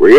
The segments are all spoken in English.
we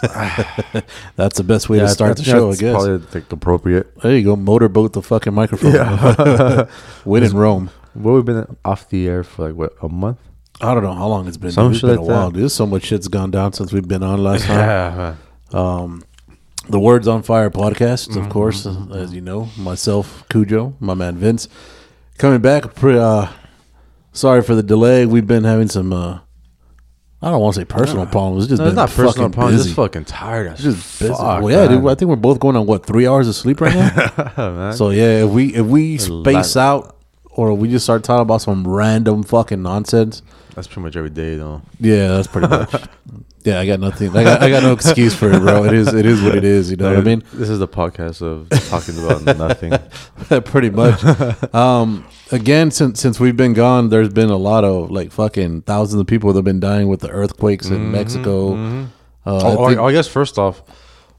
That's the best way to start the that's- show, I that's guess. Probably think appropriate. there you go, motorboat the fucking microphone. Yeah. Win in Rome. well, we've been off the air for like what a month. I don't know how long it's been. Some dude. It's shit been like a while, that. dude. So much shit's gone down since we've been on last time. Yeah. Um, the Words on Fire podcast, of course, uh, as you know, myself, Cujo, my man Vince, coming back. Pre- uh, sorry for the delay. We've been having some. Uh, I don't want to say personal problems. It's just No, been it's not personal fucking problems. busy. Just fucking tired. Of Just busy. well, yeah, dude. I think we're both going on what three hours of sleep right now. So yeah, if we if we space out or we just start talking about some random fucking nonsense, That's pretty much every day, though. yeah, that's pretty much. yeah, I got nothing. I got, I got no excuse for it, bro. It is it is what it is. You know what I mean? This is the podcast of talking about nothing. pretty much. Um, again, since since we've been gone, there's been a lot of like fucking thousands of people that have been dying with the earthquakes in Mexico. Uh, I Mm-hmm, oh, or- think- I guess first off,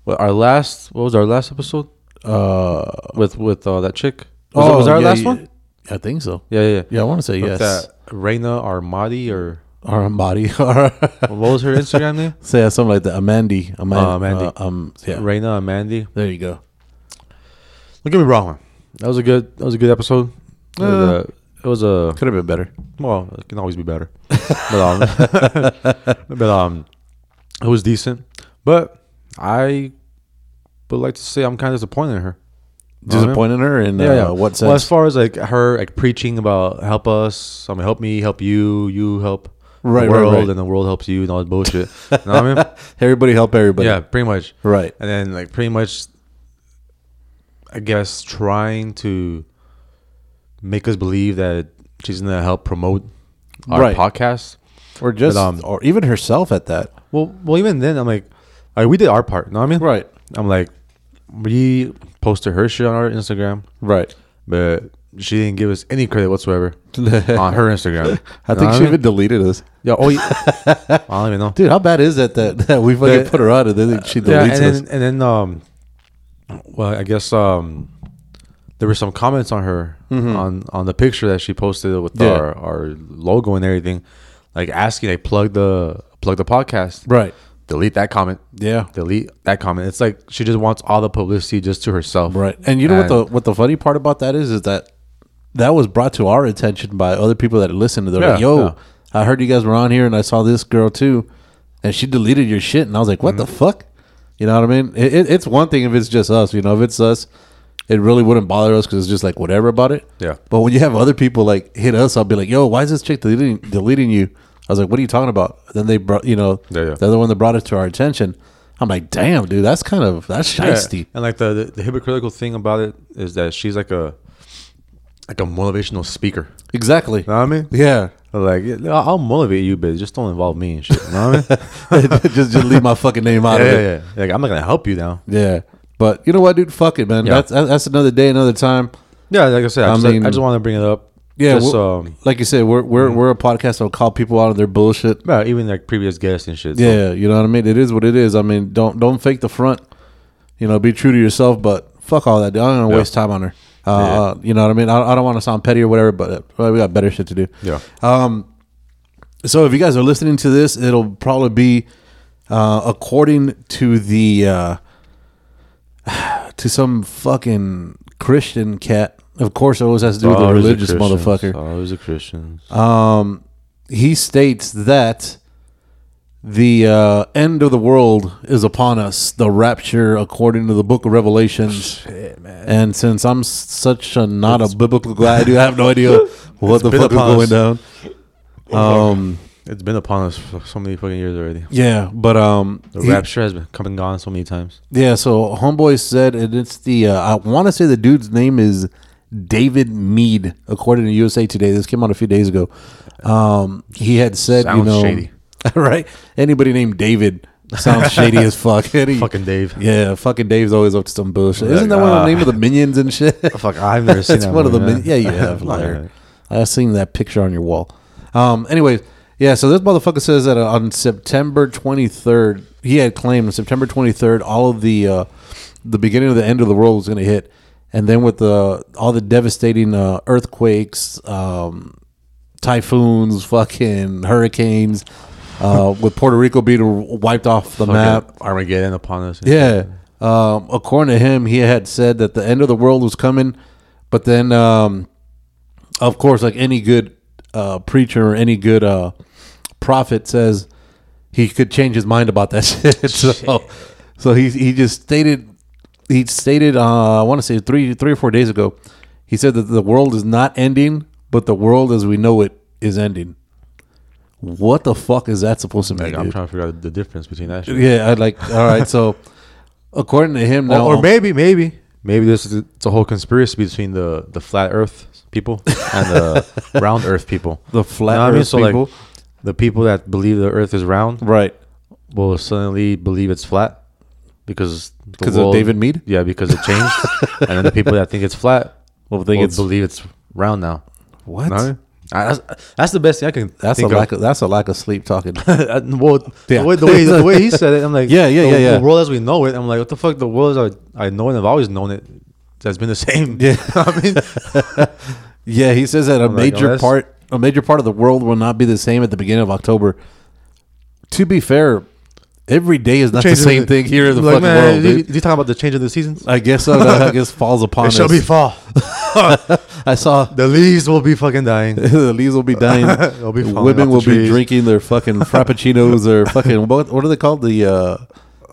what our last what was our last episode uh, Oh, with with uh, that chick? Was, that- was that our yeah, last yeah. one? I think so. Yeah, yeah. Yeah, I want to say With yes. That Reina Armadi or Or Amadi, or what was her Instagram name? say yeah, something like that. Amandi, Amandi, Uh, Amandi. uh, um, yeah. Reina Amandi. There you go. Don't get me wrong. That was a good. That was a good episode. It was Uh, a- it was a Could have been better. Well, it can always be better. but um, but um, it was decent. But I would like to say I'm kind of disappointed in her. Know what I mean? Disappointing her in uh, what sense? Well, as far as like her like preaching about help us, I mean, help me, help you, you help Right, the right, world, right. and the world helps you, and all that bullshit. you know what I mean? everybody help everybody. yeah, pretty much. Right. And then like pretty much, I guess trying to make us believe that she's gonna help promote our Right. podcast. Or just, But, um, or even herself at that. Well, well, even then, I'm like, all right, we did our part. You know what I mean? Right. I'm like, we posted her shit on our Instagram, Right. but she didn't give us any credit whatsoever on her I Instagram. You know think what she mean? even deleted us. Yeah. Oh, yeah. I don't even know. Dude, how bad is that that, that we fucking The- put her out and then she Yeah, deletes and then us? and then um, well, I guess um, there were some comments on her on on the picture that she posted with Mm-hmm. Yeah. our our logo and everything, like asking like plug the plug the podcast. Right. Delete that comment. Yeah. delete that comment. It's like she just wants all the publicity just to herself. Right. And you know what And- the what the funny part about that is is that that was brought to our attention by other people that listened to the Yeah, like, yo, yeah. I heard you guys were on here and I saw this girl too and she deleted your shit and I was like, What the Mm-hmm. fuck? You know what I mean? It, it, it's one thing if it's just us, you know, if it's us, it really wouldn't bother us because it's just like whatever about it. Yeah. But when you have other people like hit us, I'll be like, yo, why is this chick deleting deleting you? I was like, what are you talking about? Then they brought, you know, Yeah, yeah. the other one that brought it to our attention. I'm like, damn, dude, that's kind of that's Yeah. shiesty. And like the, the the hypocritical thing about it is that she's like a like a motivational speaker. Exactly. You know what I mean? Yeah. Like yeah, I'll I'll motivate you, but just don't involve me and shit. You know what I mean? just just leave my fucking name out of yeah, it. yeah, yeah. Like I'm not gonna help you now. Yeah. But you know what, dude? Fuck it, man. Yeah. That's That's that's another day, another time. Yeah, like I said, I, I just, mean- I just want to bring it up. Yeah. just, we're- um, like you said, we're we're we're a podcast that'll call people out of their bullshit. yeah, even like previous guests and shit. so- Yeah, you know what I mean. It is what it is. I mean, don't don't fake the front. You know, be true to yourself. But fuck all that. Dude. I don't want to Yeah. waste time on her. Uh, You know what I mean. I, I don't want to sound petty or whatever, but uh, well, we got better shit to do. yeah. Um, so if you guys are listening to this, it'll probably be uh, according to the uh, to some fucking Christian cat. Of course, it always has to do with a Always religious Christian. motherfucker. Always a Christian. Um, Oh. he states that the uh, end of the world is upon us, the rapture, according to the book of Oh, Revelations. And since I'm s- such a not a biblical guy, dude, I have no idea what the been fuck is upon going us. down. Um, It's been upon us for so many fucking years already. yeah, but um, The he- rapture has been come and gone so many times. yeah. So homeboy said, and it's the uh, I want to say the dude's name is David Mead, according to USA Today. This came out a few days ago. Um, he had said, you Sounds know, shady. right? Anybody named David sounds shady as fuck. And he- Fucking Dave. Yeah, fucking Dave's always up to some bullshit. Isn't that one of Ah. the name of the minions and shit? Fuck, I've never seen That's that one of the movie, min- yeah, man. you have I'm not liar. gonna- I've seen that picture on your wall. Um, anyways, yeah. So this motherfucker says that uh, on September 23rd, he had claimed on September 23rd, all of the uh, the beginning of the end of the world was going to hit, and then with the all the devastating uh, earthquakes, um, typhoons, fucking hurricanes, uh, with Puerto Rico being wiped off the map. Fucking Armageddon upon us. Yeah. Um, according to him, he had said that the end of the world was coming, but then, um, of course, like any good uh, preacher or any good uh, prophet says, he could change his mind about that shit. so, so he he just stated he stated uh, I want to say three three or four days ago, he said that the world is not ending, but the world as we know it is ending. What the fuck is that supposed to mean? Like, I'm dude? trying to figure out the difference between that shit. Yeah, I'd like. All right, so according to him, now Or, or maybe, maybe, maybe this is it's a whole conspiracy between the the flat Earth people and the round Earth people. the flat You know what I mean? Earth So, like, people, the people that believe the Earth is round right? will suddenly believe it's flat because the Because of world- David Mead, Yeah, because it changed, and then the people that think it's flat well, will think it's believe it's round now. what? No, I, that's, that's the best thing I can. That's a think lack. Of, that's a lack of sleep talking. of. well, Yeah. the, way, the way the way he said it, I'm like, Yeah, yeah, the, yeah, yeah. The world as we know it, I'm like, what the fuck? The world as I I know it, I've always known it. That's been the same. Yeah. I mean, yeah, he says that a like, oh, major that's- part, a major part of the world will not be the same at the beginning of October. To be fair, every day is not the changing same thing here in the like, fucking man, world, You, dude. you talking about the change of the seasons? I guess so. I guess falls upon It us. shall be fall. I saw The leaves will be fucking dying. the leaves will be dying. They'll be falling Women off the will be trees. drinking their fucking frappuccinos or fucking what? What are they called? The uh, Uh,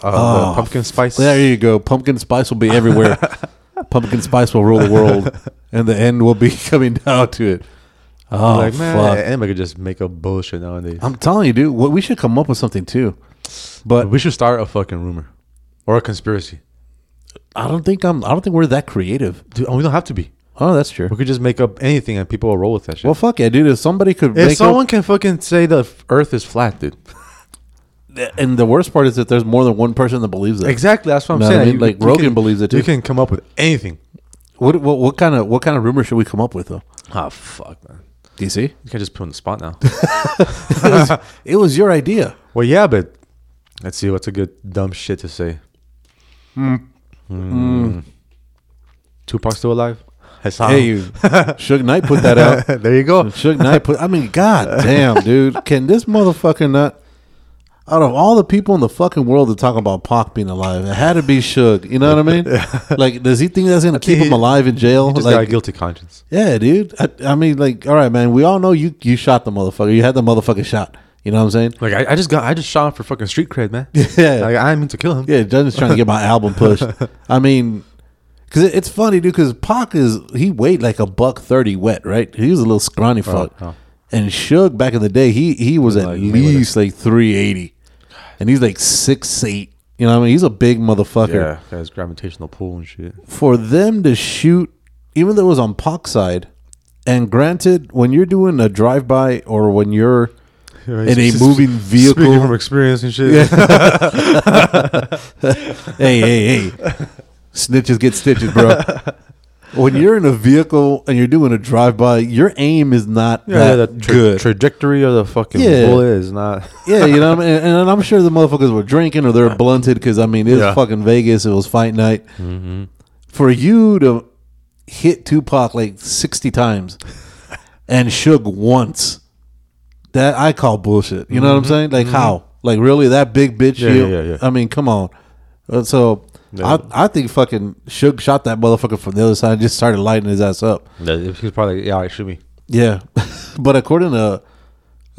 the Oh, pumpkin spice. There you go. Pumpkin spice will be everywhere. Pumpkin spice will rule the world, and the end will be coming down to it. Oh like, man, fuck! anybody could just make up bullshit nowadays. I'm telling you, dude. What we should come up with something too. But we should start a fucking rumor or a conspiracy. I don't think I'm. I don't think we're that creative. Dude, and we don't have to be. Oh, that's true. We could just make up anything and people will roll with that shit. Well, fuck yeah, dude. If somebody could if make someone can fucking say the f- Earth is flat, dude. up, and the worst part is that there's more than one person that believes that. Exactly. That's what I'm Know what I saying. mean? Like, Rogan believes it, You too. can come up with anything. What, what what kind of what kind of rumor should we come up with though? Ah, fuck, man. Do you see? You can't just put on the spot now. It was your idea. well, yeah, but let's see what's a good dumb shit to say. Hmm. Tupac still alive? Hassan. Hey, you, Suge Knight put that out. there you go. Suge Knight put. I mean, god damn, dude. Can this motherfucker not? Out of all the people in the fucking world to talk about Pac being alive, it had to be Suge. You know what I mean? Like, does he think that's gonna keep he- him alive in jail? Just got a Like, guilty conscience. yeah, dude. I, I mean, like, all right, man. We all know you you shot the motherfucker. You had the motherfucker shot. You know what I'm saying? Like I, I just got I just shot him for fucking street cred, man. Yeah. Like I didn't mean to kill him. Yeah, Justin's trying to get my album pushed. I mean, because it, it's funny, dude. Because Pac is he weighed like a buck thirty wet, right? He was a little scrawny fuck. oh. And Suge back in the day, he he was at Like Mayweather. least like three eighty, and he's like six eight. You know what I mean? He's a big motherfucker. Yeah, got his gravitational pull and shit. For them to shoot, even though it was on Pac's side, and granted, when you're doing a drive by or when you're in a moving Speaking vehicle, from experience and shit. hey, hey, hey. Snitches get stitches, bro. When you're in a vehicle and you're doing a drive by, your aim is not Yeah, that the tra- good. trajectory of the fucking Yeah. bullet is not. yeah, you know what I mean? And, and I'm sure the motherfuckers were drinking or they're blunted because, I mean, it was Yeah. Mm-hmm. fucking Vegas. It was fight night. For you to hit Tupac like 60 times and Suge once, that I call bullshit. You know what I'm saying? Like, how? Like, really? That big bitch? Mm-hmm. Yeah, you- yeah, yeah. I mean, come on. Uh, So. I, I think fucking Suge shot that motherfucker from the other side and just started lighting his ass up. He was probably like, yeah, it should be. Yeah, but according to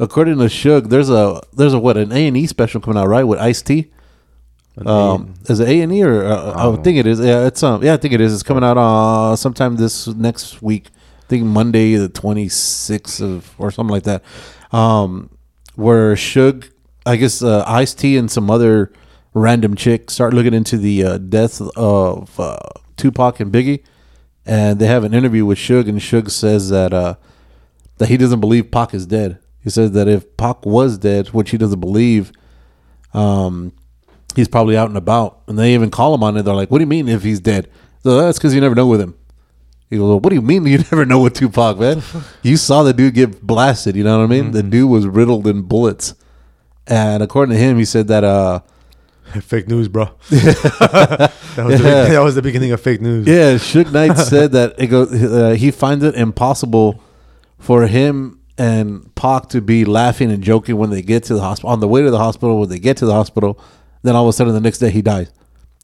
according to Suge, there's a there's a what an A and E special coming out right with Ice T. Um, is it A and E or uh, I would think it is? Yeah, it's um yeah I think it is. It's coming out uh sometime this next week. I think Monday the twenty sixth of or something like that. Um, where Suge, I guess uh, Ice T and some other random chick start looking into the uh, death of uh, Tupac and Biggie and they have an interview with Suge, and Suge says that uh, that he doesn't believe Pac is dead. He says that if Pac was dead, which he doesn't believe, um, he's probably out and about. And they even call him on it. They're like, "What do you mean if he's dead?" So that's because you never know with him. He goes, well, "What do you mean you never know with Tupac, man? you saw the dude get blasted. You know what I mean? The dude was riddled in bullets." And according to him, he said that uh, fake news, bro. that, was Yeah. the, be- that was the beginning of fake news. Yeah, Suge Knight said that it goes. Uh, he finds it impossible for him and Pac to be laughing and joking when they get to the hospital. On the way to the hospital, when they get to the hospital, then all of a sudden the next day he dies.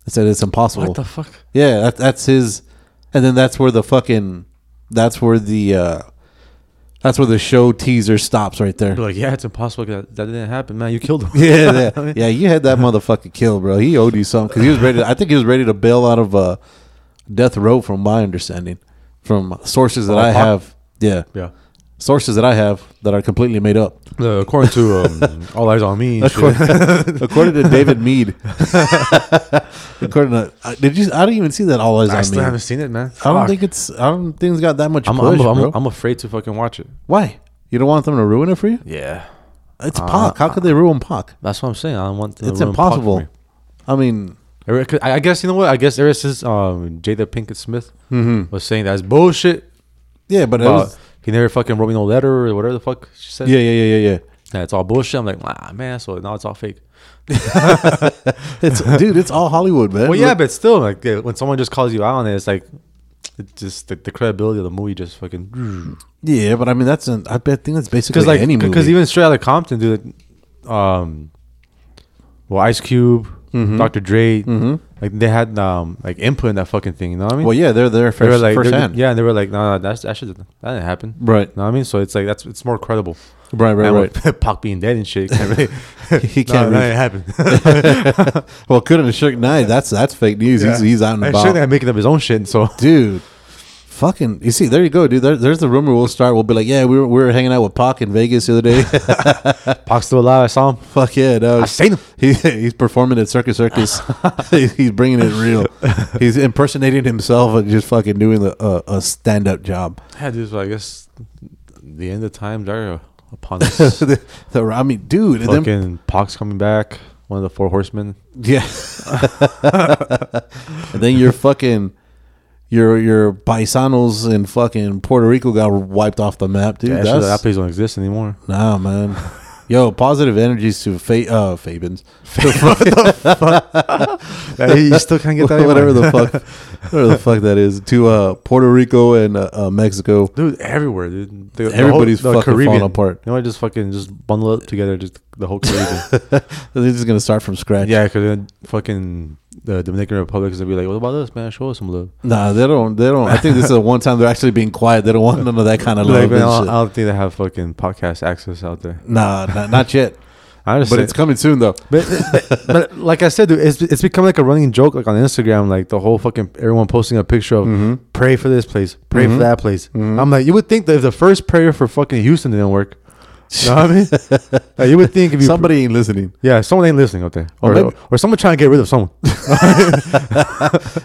I said it's impossible. What the fuck? yeah, that, that's his. And then that's where the fucking. That's where the. Uh, that's where the show teaser stops right there. They're like, yeah, it's impossible. That, that didn't happen, man. You killed him. yeah, yeah, yeah. You had that motherfucker killed, bro. He owed you something because he was ready. I think he was ready to bail out of uh, death row, from my understanding, from sources that By I Pac? have. Yeah, yeah. sources that I have that are completely made up. Uh, according to um, all eyes on me, and shit. According, according to David Mead. according to, uh, did you? I don't even see that all eyes I still on haven't me. seen it, man. I don't Fuck. think it's. I don't think it's got that much I'm, push, I'm, I'm, bro. I'm afraid to fucking watch it. Why? You don't want them to ruin it for you? Yeah, It's Uh, Pac. How could they ruin Pac? that's what I'm saying. I don't want. the It's ruin Pac for me. impossible. I mean, Ever- 'cause I I guess you know what? I guess ever since um, Jada Pinkett Smith was saying that's bullshit. yeah, but it about- was, he never fucking wrote me no letter or whatever the fuck she said. yeah, yeah, yeah, yeah, yeah. Yeah, it's all bullshit. I'm like, ah, man. So now it's all fake. It's dude, it's all Hollywood, man. Well, yeah, Look- but still, like yeah, when someone just calls you out on it, it's like, it just the, the credibility of the movie just fucking. yeah, but I mean that's an, I bet- I think that's basically Because like, any movie. because even straight out of Compton, dude. Um, well, Ice Cube, Dr. Dre, like they had um like input in that fucking thing. You know what I mean? well, yeah, they're there they were first, like, first they were- hand. yeah, and they were like, no, no, that's that should that didn't happen, Right. You know what I mean? So it's like that's it's more credible, right, right, And right. with Pac being dead and shit, can't really, He No, can't no, really- it happened. Well, couldn't have shook night. That's that's fake news. He's, he's out and I about, shouldn't have making up his own shit. So dude. Fucking, you see, there you go, dude. There, there's the rumor. We'll start. We'll be like, yeah, we were, we were hanging out with Pac in Vegas the other day. Pac's still alive. I saw him. Fuck yeah, no. I've seen him. He, he's performing at Circus Circus. He- he's bringing it real. He's impersonating himself and just fucking doing the, uh, a stand up job. Yeah, dude. So I guess the end of times are upon us. the, the, I mean, dude, and then Fucking Pac's coming back. One of the four horsemen. Yeah. and then your fucking your your paisanos in fucking Puerto Rico got wiped off the map, dude. Yeah, that, shit- that That's, place don't exist anymore. nah, man. Yo, positive energies to fa- uh Fabins. you still can't get that. whatever the fuck whatever the fuck that is. To uh Puerto Rico and uh, uh Mexico. dude, everywhere, dude. The- the Everybody's fucking falling apart. You know, what? just fucking just bundle up together, just the whole Caribbean. They're just gonna start from scratch. yeah, because then fucking the Dominican Republic is gonna be like, "What about us, man? Show us some love." Nah, they don't they don't I think this is the one time they're actually being quiet. They don't want none of that kind of Like, uh, love man, I, and don't, shit. I don't think they have fucking podcast access out there. Nah, not, not yet. I just But it's coming soon though. But, but, but like I said, dude, it's it's become like a running joke, like on Instagram, like the whole fucking everyone posting a picture of pray for this place, pray for that place. I'm like, you would think that if the first prayer for fucking Houston didn't work, you know what I mean? Like, you would think if you Somebody ain't listening. yeah, someone ain't listening out there, or, maybe- or, someone trying to get rid of someone.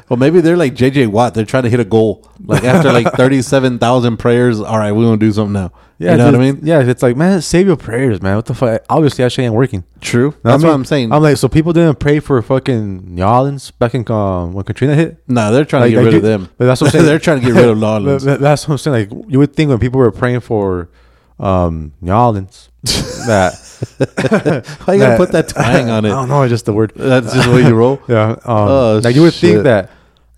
Well, maybe they're like JJ Watt. They're trying to hit a goal. Like after like thirty-seven thousand prayers. All right, we're gonna do something now. you know what I dude, mean? Yeah, it's like man, save your prayers, man. What the fuck? Obviously, that shit ain't working. True. You know That's I what mean? I'm saying. I'm like, so people didn't pray for fucking New Orleans back in um, when Katrina hit. no, they're trying Like, to get like rid you- of them. but that's what I'm saying. they're trying to get rid of New Th- Orleans. th- That's what I'm saying. Like you would think when people were praying for um New Orleans that Why you gotta put that twang on I it? don't know, just the word. That's just the way you roll. Yeah. Um, Oh, like you would shit. think that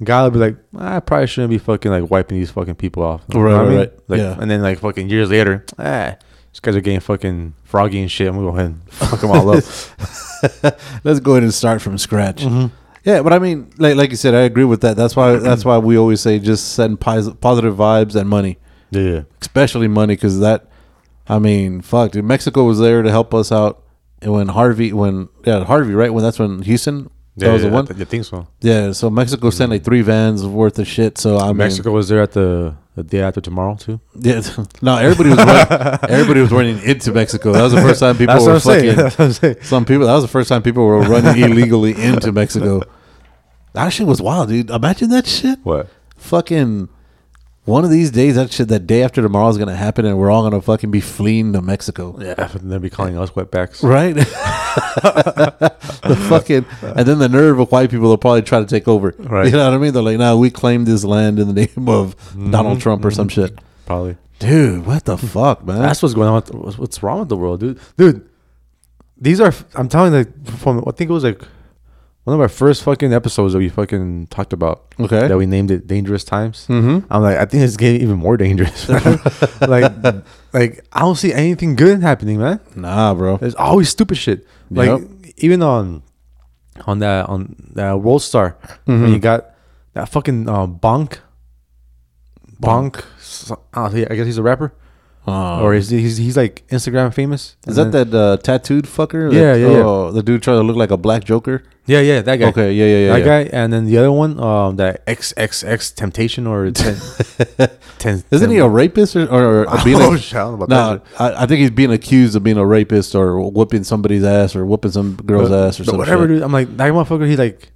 God would be like, "Ah, I probably shouldn't be fucking like wiping these fucking people off. You Right, know what right, I mean? right. Like, Yeah. And then like fucking years later, ah, these guys are getting fucking froggy and shit. I'm gonna go ahead and fuck them all up. Let's go ahead and start from scratch. Mm-hmm. Yeah, but I mean, like like you said, I agree with that. That's why that's why we always say just send pos- positive vibes and money. Yeah. especially money because that i mean fuck dude mexico was there to help us out and when harvey when yeah harvey right when that's when houston that was the one I, th- I think so. yeah so mexico sent like three vans worth of shit so i mean Mexico was there at the the day after tomorrow too. yeah no everybody was running, everybody was running into mexico that was the first time people That's were what, I'm saying. fucking That's what I'm saying. some people that was the first time people were running illegally into mexico that shit was wild dude imagine that shit What? fucking One of these days, that shit, that day after tomorrow is gonna happen, and we're all gonna fucking be fleeing to Mexico, Yeah, and they'll be calling us wetbacks. right? the fucking, and then the nerve of white people will probably try to take over. Right. You know what I mean? They're like, "Nah, we claim this land in the name of Mm-hmm. Donald Trump or some shit." Probably. Dude, what the fuck, man? That's what's going on. With, what's- what's wrong with the world, dude? Dude, these are. I'm telling you, like, from I think it was like one of our first fucking episodes that we fucking talked about. Okay. That we named it "Dangerous Times." Mm-hmm. I'm like, I think it's getting even more dangerous. like, like I don't see anything good happening, man. nah, bro. There's always stupid shit. Like Yep. even on on that on that World Star when Mm-hmm. you got that fucking uh, bonk. Bonk, so- I don't know, I guess he's a rapper Uh, or is he, he's he's like Instagram famous? Is And that then- that uh, tattooed fucker? Yeah, that, yeah, yeah. oh, The dude trying to look like a black Joker. Yeah, yeah, that guy. Okay, yeah, yeah, yeah, that yeah. guy, and then the other one, um, that XXX Temptation or ten, ten Isn't he a rapist or, or being? Oh, a- shit, I don't know about Nah, that I, I think he's being accused of being a rapist or whooping somebody's ass or whooping some girl's ass or But something. whatever, dude. I'm like that motherfucker. He like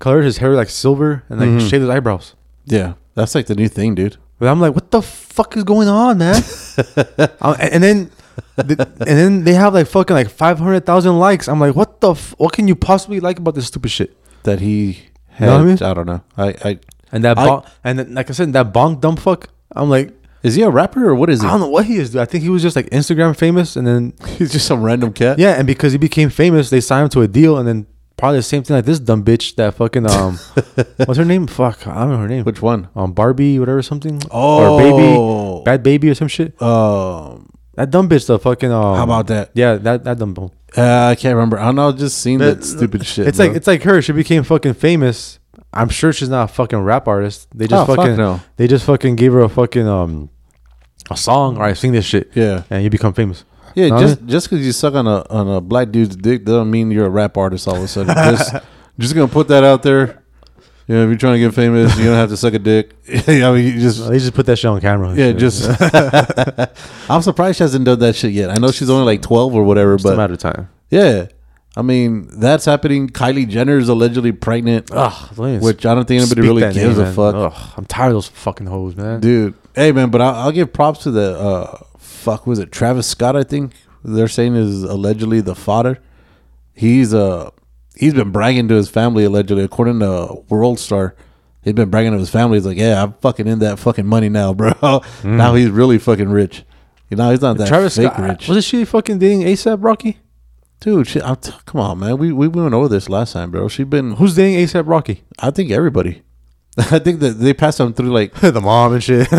colored his hair like silver and like Mm-hmm. shaved his eyebrows. Yeah, that's like the new thing, dude. But I'm like, what the fuck is going on, man? Um, and, and then. the- and then they have like fucking like 500,000 likes. I'm like, what the f- what can you possibly like about this stupid shit? That he Know had. what I I, mean? don't know. I, I And that I- bonk, and then, like I said, that bonk dumb fuck. I'm like, is he a rapper or what is he? I don't know what he is, dude. I think he was just like Instagram famous, and then He's just some random cat. yeah, and because he became famous, they signed him to a deal, and then probably the same thing like this dumb bitch that fucking um, what's her name? Fuck, I don't know her name. Which one? um, Barbie, whatever something. or Oh. baby, bad baby or some shit. Um, That dumb bitch, the fucking um, How about that? Yeah, that that dumb. Bone. uh, I can't remember. I don't know. I've just seen that stupid shit. It's bro. like it's like her. She became fucking famous. I'm sure she's not a fucking rap artist. They just Oh, fuck fucking no. they just fucking gave her a fucking um a song. All right, sing this shit. Yeah. and you become famous. Yeah, Know what I just just because you suck on a on a black dude's dick doesn't mean you're a rap artist all of a sudden. just just gonna put that out there. You know, if you're trying to get famous, you don't have to suck a dick. I mean, you just They just put that shit on camera. and yeah, shit. just. I'm surprised she hasn't done that shit yet. I know she's only like 12 or whatever, it's a but matter of time. yeah, I mean that's happening. Kylie Jenner is allegedly pregnant, Ugh, don't even which I don't think anybody Oh, speak really that gives name, a man. Oh. fuck, Ugh, I'm tired of those fucking hoes, man. dude. Hey man, but I'll, I'll give props to the uh, fuck was it Travis Scott? I think they're saying is allegedly the father. he's uh he's been bragging to his family allegedly according to world star he's been bragging to his family he's like yeah i'm fucking in that fucking money now bro now he's really fucking rich you know he's not that Mm. Travis Travis fake Scott rich wasn't she fucking dating ASAP Rocky? dude shit, I'm t- come on man we, we went over this last time bro she's been Who's dating ASAP Rocky? i think everybody i think that they passed him through like the mom and shit.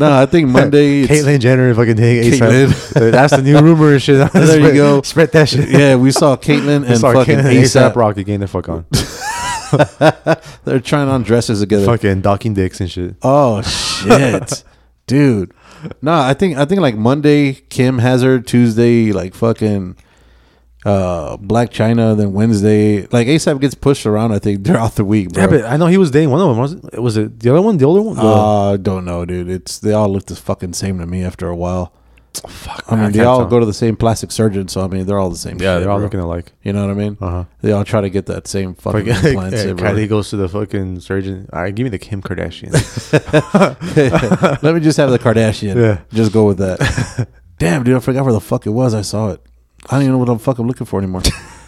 no i think monday it's- Caitlyn Jenner fucking dating A$AP. ASAP. That's the new rumor and shit. There you go. Spread that shit. yeah we saw caitlyn and fucking asap ASAP Rocky getting the fuck on. they're trying on dresses together fucking docking dicks and shit. Oh shit, dude. No, I think I think like Monday Kim has her, Tuesday like fucking uh Black China, then Wednesday like ASAP gets pushed around. I think throughout the week, bro. Yeah, but I know he was dating one of them. Wasn't was it the other one? The older one? The- uh, I don't know, dude. It's they all look the fucking same to me after a while. fuck. I mean, man, they can't all tell. go to the same plastic surgeon, so I mean, they're all the same. Yeah, shit, they're all bro. looking alike. You know what I mean? Uh-huh. They all try to get that same fucking implants. everywhere. Kylie goes to the fucking surgeon. All right, give me the Kim Kardashian. Let me just have the Kardashian. Yeah. Just go with that. Damn, dude, I forgot where the fuck it was. I saw it. I don't even know what the fuck I'm looking for anymore.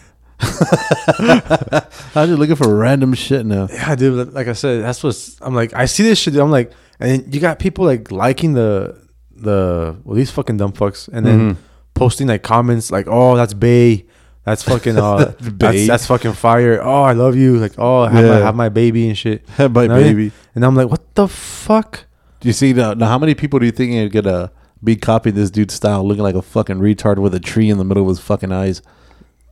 I'm just looking for random shit now. Yeah, dude. Like I said, that's what's. I'm like, I see this shit. Dude, I'm like, and you got people like liking the the well these fucking dumb fucks, and then posting like comments like, oh, that's Bay, that's fucking uh, that's, Bae. that's fucking fire. Oh, I love you. Like, oh, have, my, Yeah. have my baby and shit. Have my You know what I mean? baby. And I'm like, what the fuck? Do you see now, now? How many people do you think are gonna be copying this dude's style, looking like a fucking retard with a tree in the middle of his fucking eyes?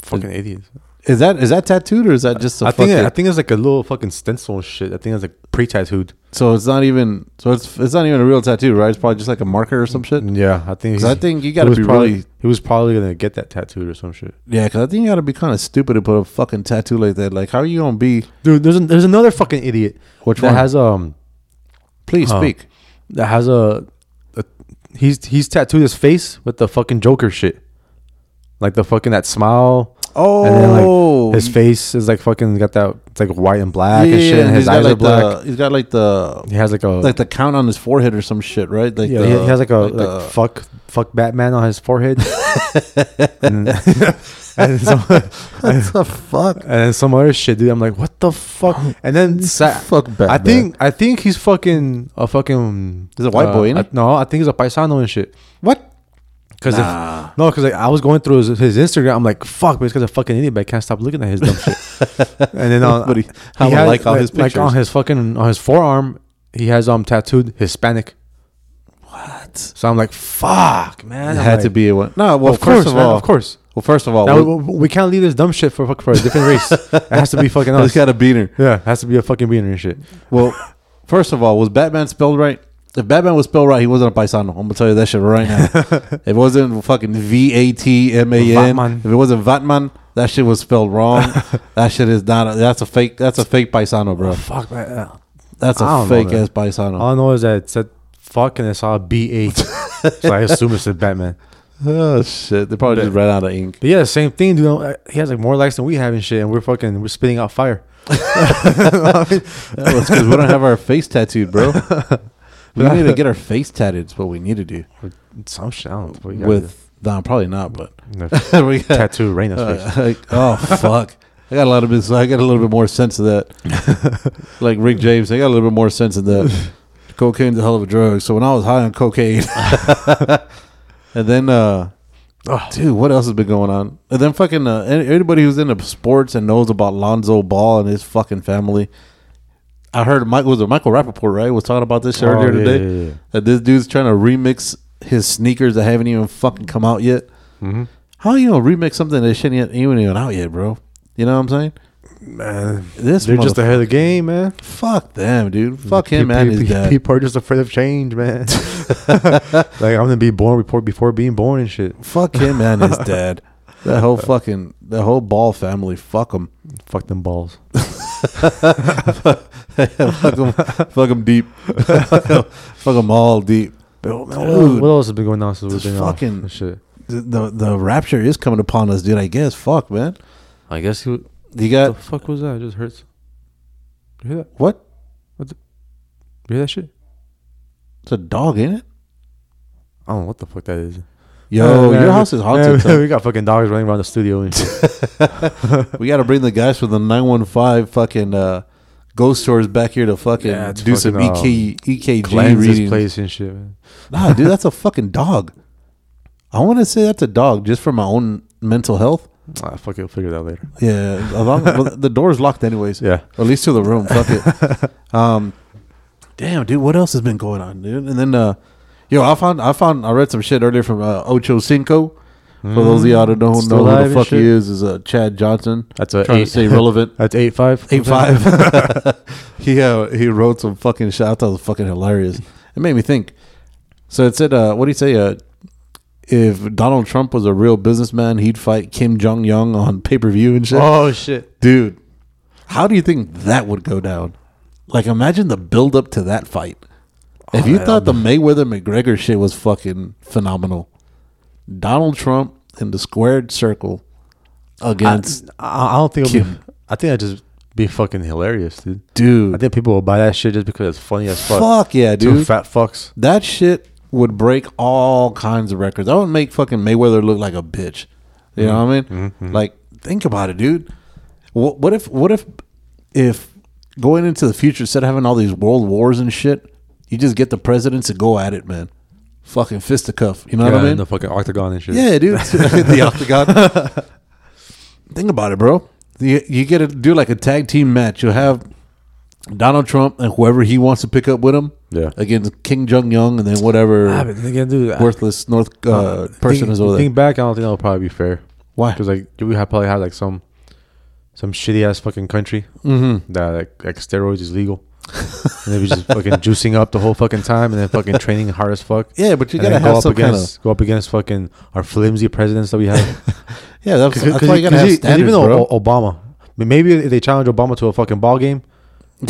Fucking idiots. Is that is that tattooed or is that just a I fucking? think I think it's like a little fucking stencil and shit. I think it's like pre-tattooed. so it's not even so it's it's not even a real tattoo, right? It's probably just like a marker or some shit. Yeah, I think. 'Cause I he's- think you he gotta was be probably, really- He was probably gonna get that tattooed or some shit. Yeah, because I think you gotta be kind of stupid to put a fucking tattoo like that. Like, how are you gonna be? Dude, there's an, there's another fucking idiot. Which that one? has um Please Huh. speak. that has a, a he's he's tattooed his face with the fucking Joker shit, like the fucking that smile. Oh, And then like his face is like fucking got that it's like white and black and shit. And he's his got, eyes like, are black. The, he's got like the he has like a like the count on his forehead or some shit, right? Like yeah, the, he he has like a like the- fuck fuck Batman on his forehead. and, and some, and, what the fuck? then some other shit, dude. I'm like, what the fuck? And then sa- fuck Batman. I think I think he's fucking a fucking. uh, He's a white boy, ain't I- he? no, I think he's a paisano and shit. what? Cause Nah. if, no, cause like I was going through his, his Instagram, I'm like, fuck, but this guy's a fucking idiot. But I can't stop looking at his dumb shit. and then uh, But he- he I would has, like all his like on pictures. his fucking on his forearm, he has um tattooed Hispanic. What? So I'm like, fuck, man. It I'm had like, to be a one. No, well, oh. of course, first of man, all, of course. Well, first of all, Now, we- we, we can't leave this dumb shit for fuck- for a different race. it has to be fucking he's us. got a beater. yeah, it has to be a fucking beaner and shit. Well, first of all, was Batman spelled right? If Batman was spelled right, he wasn't a paisano. I'm gonna tell you that shit right now. if it wasn't fucking V A T M A N, Vatman. if it wasn't Vatman, that shit was spelled wrong. that shit is not. A, that's a fake. That's a fake paisano, bro. Fuck, man. uh, That's I a don't know, fake man. ass paisano. All I know is that it said fuck and I saw B A. so I assume it said Batman. Oh shit! They probably just ran out of ink. But yeah, same thing, dude. Uh, He has like more likes than we have and shit, and we're fucking we're spitting out fire. That was because we don't have our face tattooed, bro. we need to get our face tattooed. It's what we need to do. Some shit. I don't know. With nah, probably not, but we got, tattoo Raina's face. uh, like, oh fuck. I got a lot of bit. I got a little bit more sense of that. like Rick James, I got a little bit more sense of that. Cocaine's a hell of a drug. So when I was high on cocaine, and then, uh, oh, dude, what else has been going on? And then fucking uh, any- anybody who's into sports and knows about Lonzo Ball and his fucking family. I heard Michael was it Michael Rappaport right was talking about this shit Oh, earlier yeah, today yeah, yeah. that this dude's trying to remix his sneakers that haven't even fucking come out yet. Mm-hmm. How you gonna remix something that shouldn't yet, even even out yet, bro? You know what I'm saying? Man, This they're just motherf- ahead of the game, man. fuck them, dude. Fuck him and his People, dad. people are just afraid of change, man. like I'm gonna be born before before being born and shit. Fuck him and his dad. That whole fucking that whole ball family. Fuck them. Fuck them balls. fuck them. Fuck them deep. fuck them all deep. Dude, What else- what else has been going on since we've This been off fucking- and shit? the, the the rapture is coming upon us, dude. I guess. Fuck, man. I guess he, what You got the fuck was that? It just hurts. You hear that? what? You hear that shit? It's a dog, ain't it? I don't know what the fuck that is. Yo, Man, your we- house is man, haunted. son. we got fucking dogs running around the studio and shit. We got to bring the guys from the 915 fucking uh, ghost stores back here to fucking Yeah, it's do some E fucking, um, EK, EKG Cleanse this readings. place and shit, man. Nah, dude, that's a fucking dog. I want to say that's a dog just for my own mental health. Ah, fuck it, we'll figure that out later. Yeah, as long- well, the door's locked anyways. Yeah. Or at least to the room. Fuck it. Um, damn, dude, what else has been going on, dude? And then, uh, yo, I found, I found, I read some shit earlier from uh, Ocho Cinco. For those of y'all that don't Still know who alive the and fuck he shit? is, is uh, Chad Johnson. That's a trying eight- to stay relevant. That's eight five. Eight five. he uh, he wrote some fucking shit. I thought it was fucking hilarious. It made me think. So it said, uh, "What do you say? Uh, if Donald Trump was a real businessman, he'd fight Kim Jong Un on pay per view and shit." Oh shit. Dude, how do you think that would go down? Like, imagine the build up to that fight. If you thought the Mayweather McGregor shit was fucking phenomenal, Donald Trump in the squared circle against I, I don't think. It'll be, Kim. I think that just be fucking hilarious, dude. dude. I think people will buy that shit just because it's funny as fuck. fuck. yeah, dude. Two fat fucks. That shit would break all kinds of records. That would make fucking Mayweather look like a bitch. You know what I mean? Mm-hmm, Like, think about it, dude. What, what if, what if, if going into the future, instead of having all these world wars and shit, you just get the presidents to go at it, man. Fucking fisticuff. You know Yeah, what I mean? in the fucking octagon and shit. Yeah, dude. the octagon. Think about it, bro. You, you get to do like a tag team match. You'll have Donald Trump and whoever he wants to pick up with him Yeah. against King Jong Young and then whatever Ah, but then again, dude. I- worthless North uh, person think, is over there. Think back, I don't think that would probably be fair. Why? Because like we have probably had like some some shitty ass fucking country that like, like steroids is legal, and they be just fucking juicing up the whole fucking time, and then fucking training hard as fuck. Yeah, but you And gotta then go have up some kind against go up against fucking our flimsy presidents that we have. Yeah, that's, that's why you gotta have Because standards, even bro. though O- Obama, I mean, maybe if they challenge Obama to a fucking ball game,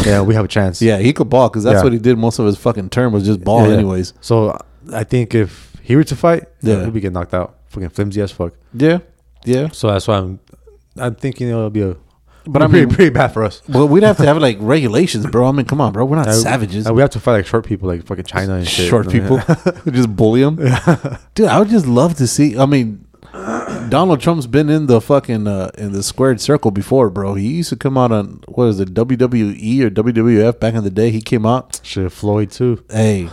yeah, we have a chance. yeah, he could ball because that's Yeah. what he did most of his fucking term was just ball, Yeah. anyways. So I think if he were to fight, Yeah. yeah, we'd be getting knocked out. Fucking flimsy as fuck. Yeah, yeah. So that's why I'm I'm thinking it'll be a. But But I'm I mean- pretty, pretty bad for us. Well, we'd have to have like regulations, bro. I mean, come on, bro. We're not savages. Uh, we have to fight like short people, like fucking China and shit. short people. just bully them. Dude, I would just love to see. I mean, Donald Trump's been in the fucking uh, in the squared circle before, bro. He used to come out on what is it, WWE or WWF back in the day. He came out, shit, Floyd too. hey,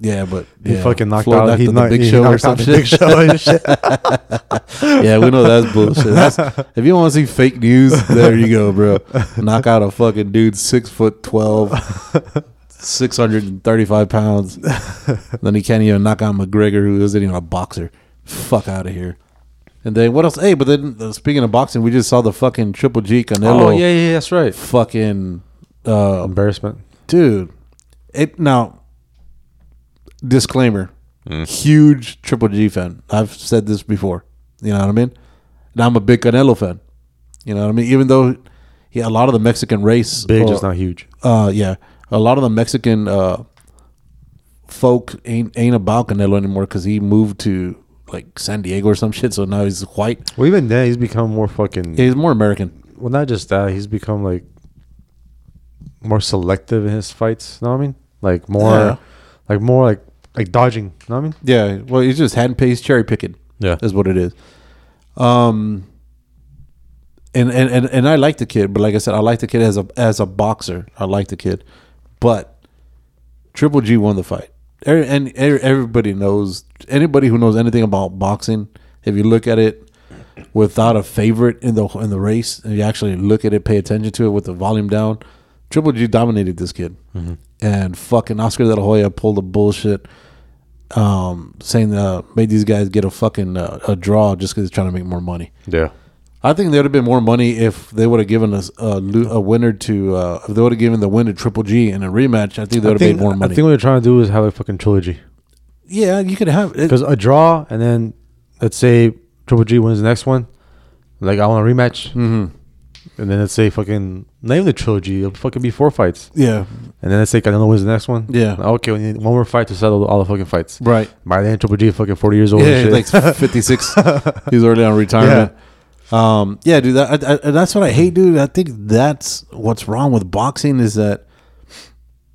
yeah, but He yeah. fucking knocked Floyd out. knocked he the knocked, Big he Show or knocked out some the shit. Big Show and shit. yeah, we know that's bullshit. That's, if you want to see fake news, there you go, bro. Knock out a fucking dude six foot twelve. 635 pounds. then he can't even knock out McGregor, who isn't even a boxer. Fuck out of here. And then what else? Hey, but then uh, speaking of boxing, we just saw the fucking Triple G Canelo Oh yeah, yeah, that's right. fucking uh, Embarrassment. dude it now disclaimer Mm. huge triple g fan i've said this before you know what i mean and i'm a big canelo fan you know what i mean even though yeah a lot of the mexican race Big, or- just not huge. uh yeah a lot of the mexican uh folk ain't ain't about canelo anymore because he moved to like san diego or some shit so now he's white Well, even then, he's become more fucking. he's more american well, not just that. He's become like more selective in his fights. Know what I mean? Like more, Yeah. like more like like dodging. Know what I mean? Yeah, well, it's just hand paced cherry picking. Yeah. is what it is. Um, and, and and and I like the kid, but like I said, I like the kid as a as a boxer. I like the kid, but Triple G won the fight, Every- and every- everybody knows. Anybody who knows anything about boxing, if you look at it without a favorite in the in the race, and you actually look at it, pay attention to it with the volume down, Triple G dominated this kid, and fucking Oscar De La Hoya pulled the bullshit um, saying uh, made these guys get a fucking uh, a draw just because they're trying to make more money. Yeah. I think there would have been more money if they would have given us a, lo- a winner to uh, if they would have given the win to Triple G in a rematch. I think they would I have made think, more money. I think what they're trying to do is have a fucking trilogy. yeah, you could have it, Because a draw, and then let's say Triple G wins the next one. Like I want a rematch, mm-hmm. and then let's say fucking not even the trilogy. It'll fucking be four fights, yeah, and then let's say Canelo wins the next one. Yeah. Okay, we need one more fight to settle all the fucking fights. right. By then, Triple G fucking forty years old. Yeah, and shit. he's like fifty six. he's already on retirement. Um, yeah, dude. That, I, I, and that's what I hate, dude. I think that's what's wrong with boxing is that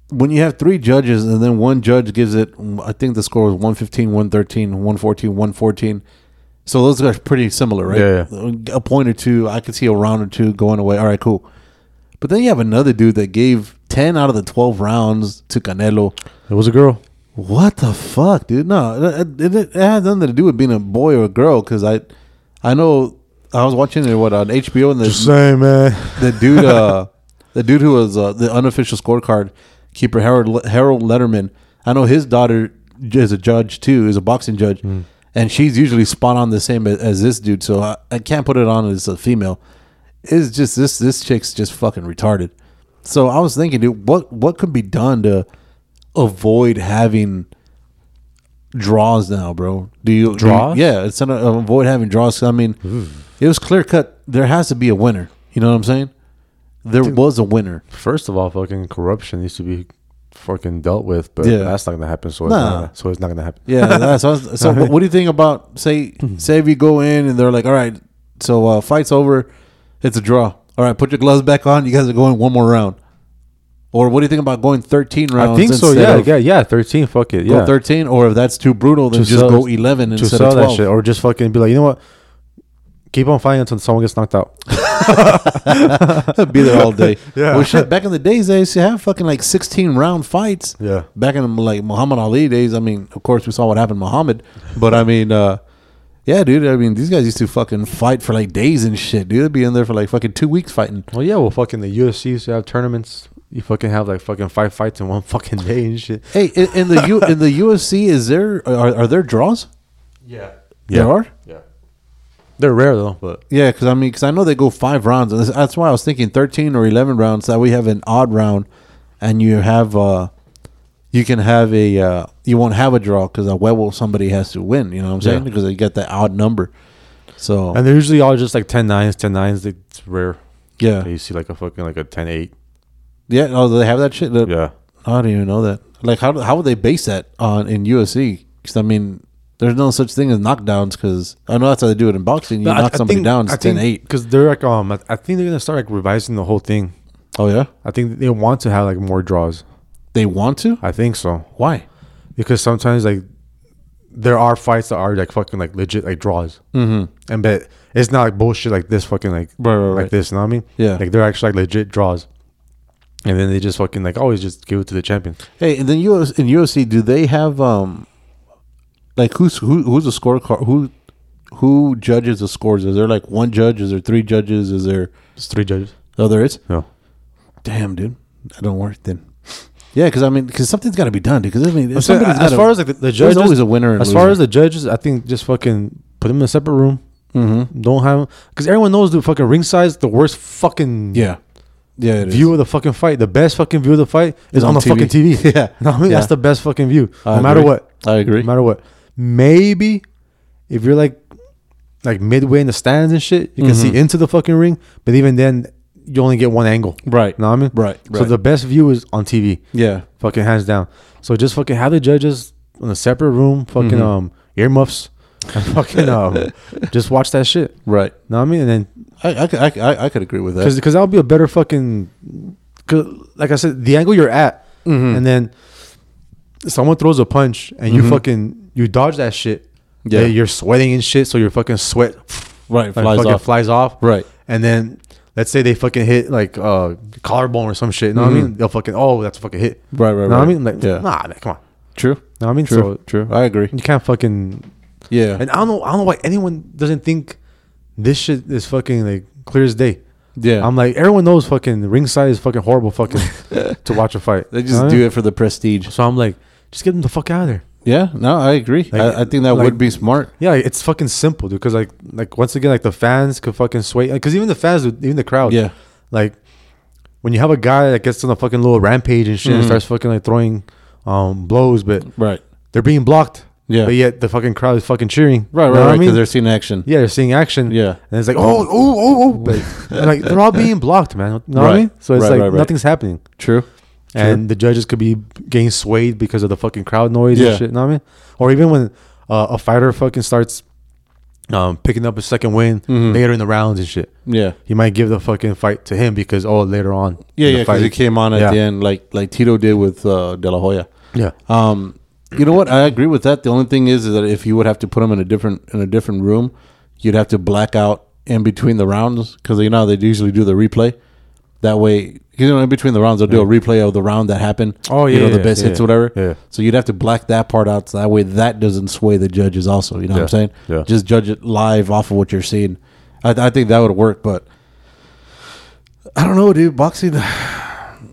when you have three judges and then one judge gives it, I think the score was 115, 113, 114, 114. So those are pretty similar, right? Yeah, A point or two. I could see a round or two going away. All right, cool. But then you have another dude that gave 10 out of the 12 rounds to Canelo. it was a girl. What the fuck, dude? No, it, it, it has nothing to do with being a boy or a girl. Because I, I know I was watching it what on HBO and the Same man. the dude, uh, the dude who was uh, the unofficial scorecard keeper, Harold Harold Letterman. I know his daughter is a judge too, is a boxing judge, and she's usually spot on the same as, as this dude. So I, I can't put it on as a female. It's just this this chick's just fucking retarded. So I was thinking, dude, what what could be done to avoid having draws now, bro? Do you do you- Draws? yeah, it's gonna avoid having draws. 'Cause, I mean, it was clear cut. There has to be a winner. You know what I'm saying? There was a winner. First of all, fucking corruption needs to be fucking dealt with, but Yeah. that's not gonna happen. So it's Nah. not, so it's not gonna happen. Yeah. That's, so, so but what do you think about say say if you go in and they're like, all right, so uh, fight's over, it's a draw. All right, put your gloves back on. You guys are going one more round. Or what do you think about going 13 rounds? I think so. instead Yeah, of yeah, yeah. Thirteen. Fuck it. Go Yeah. 13, or if that's too brutal, then To just sell- go 11 to instead sell of that 12. shit, or just fucking be like, you know what? Keep on fighting until someone gets knocked out. be there all day. Yeah. Well, shit. Back in the days, they used to have fucking like sixteen round fights. Yeah. Back in the, like Muhammad Ali days, I mean, of course, we saw what happened, to Muhammad. But I mean, uh, yeah, dude. I mean, these guys used to fucking fight for like days and shit, dude. They'd be in there for like fucking two weeks fighting. Well, Oh, yeah. Well, fucking the UFC used to have tournaments. You fucking have like fucking five fights in one fucking day and shit. Hey, in, in the U, in the UFC, is there are, are there draws? Yeah. There are. Yeah. They're rare though, but Yeah, because I mean, because I know they go five rounds, and that's- that's why I was thinking thirteen or eleven rounds. That we have an odd round, and you have uh, you can have a uh, you won't have a draw because a well somebody has to win. You know what I'm saying? Yeah. Because they get that odd number. So and they're usually all just like 10 9s, 10 9s. It's rare. yeah, You see like a fucking like a 10 8. yeah. Oh, they have that shit. The- Yeah. I didn't even know that. Like, how how would they base that on in USC? Because I mean, There's no such thing as knockdowns because I know that's how they do it in boxing. You But I- knock I somebody think- down, it's I think- 10 8. Because they're like, um, I I think they're gonna start like revising the whole thing. Oh, yeah? I think they want to have like more draws. They want to? I think so Why? because sometimes like there are fights that are like fucking like legit like draws. Mm-hmm. And but it's not like bullshit like this fucking like Right, right, like right. this. You know what I mean? Yeah. Like they're actually like legit draws. And then they just fucking like always just give it to the champion. Hey, and then US, in UFC, do they have um, like who's who, who's the scorecard? Who who judges the scores? Is there like one judge? Is there three judges? Is there? It's three judges. Oh, there is. No. Damn, dude, I don't work then. Yeah, because I mean, because something's got to be done. Because I mean, if So, somebody's as gotta- far as like the, the there's judges, always a winner. And As far as the judges, I think just fucking put them in a separate room. Mm-hmm. Don't have because everyone knows the fucking ring size, the worst fucking yeah, yeah, it is. view of the fucking fight. The best fucking view of the fight is On on, the TV. fucking TV. Yeah. no, I mean Yeah. that's the best fucking view, I no matter agree. what. I agree. No matter what. Maybe if you're like like midway in the stands and shit, you can Mm-hmm. see into the fucking ring. But even then, you only get one angle. Right. No, I mean Right, So right. the best view is on TV. yeah, Fucking hands down. So just fucking have the judges in a separate room, fucking Mm-hmm. um earmuffs, and fucking um just watch that shit. right. Know what I mean? And then I I, could- I, could- I, I could agree with that. because that'll be a better fucking. 'cause like I said, the angle you're at, Mm-hmm. and then someone throws a punch and you fucking you dodge that shit. Yeah. Yeah, you're sweating and shit, so your fucking sweat Right, like, flies fucking off. flies off. Right. and then let's say they fucking hit like uh collarbone or some shit. You know what I mean? They'll fucking oh that's a fucking hit. Right, Mm-hmm. right, You know what right. I mean? Like Yeah. nah, man, come on. True. No, I mean, True. so- true. I agree. You can't fucking. Yeah. And I don't know. I don't know why anyone doesn't think this shit is fucking like clear as day. yeah. I'm like everyone knows fucking ringside is fucking horrible fucking to watch a fight. Uh-huh. they just do it for the prestige. So I'm like, just get them the fuck out of there. Yeah, no, I agree. I, I think that like- would be smart. Yeah, like, it's fucking simple, dude. Because like, like once again, like the fans could fucking sway. Because even the fans, dude, even the crowd. Yeah. Like when you have a guy that gets on a fucking little rampage and shit Mm-hmm. and starts fucking like throwing um blows, but Right. they're being blocked. Yeah. But yet the fucking crowd is fucking cheering. Right, right, You know right. what I Because mean? they're seeing action. Yeah, they're seeing action. Yeah. And it's like, oh, oh, oh, oh. But, and, like, they're all being blocked, man. You know what Right. I mean? So it's Right, like right, right. nothing's happening. True. And the judges could be getting swayed because of the fucking crowd noise Yeah. and shit. You know what I mean? Or even when uh, a fighter fucking starts um, picking up a second win Mm-hmm. later in the rounds and shit. Yeah. He might give the fucking fight to him because, oh, later on. Yeah, in the yeah. Because fight- it came on at Yeah. the end, like like Tito did with uh, De La Hoya. Yeah. Um, you know what? I agree with that. The only thing is, is that if you would have to put them in a different in a different room, you'd have to black out in between the rounds because you know how they usually do the replay. That way, you know, in between the rounds, they'll do a replay of the round that happened. Oh, you yeah, know, the yeah, best yeah, hits, or whatever. yeah. So you'd have to black that part out, so that way that doesn't sway the judges. Also, you know what I'm Yeah, saying? yeah. Just judge it live off of what you're seeing. I, I think that would work, but I don't know, dude. Boxing,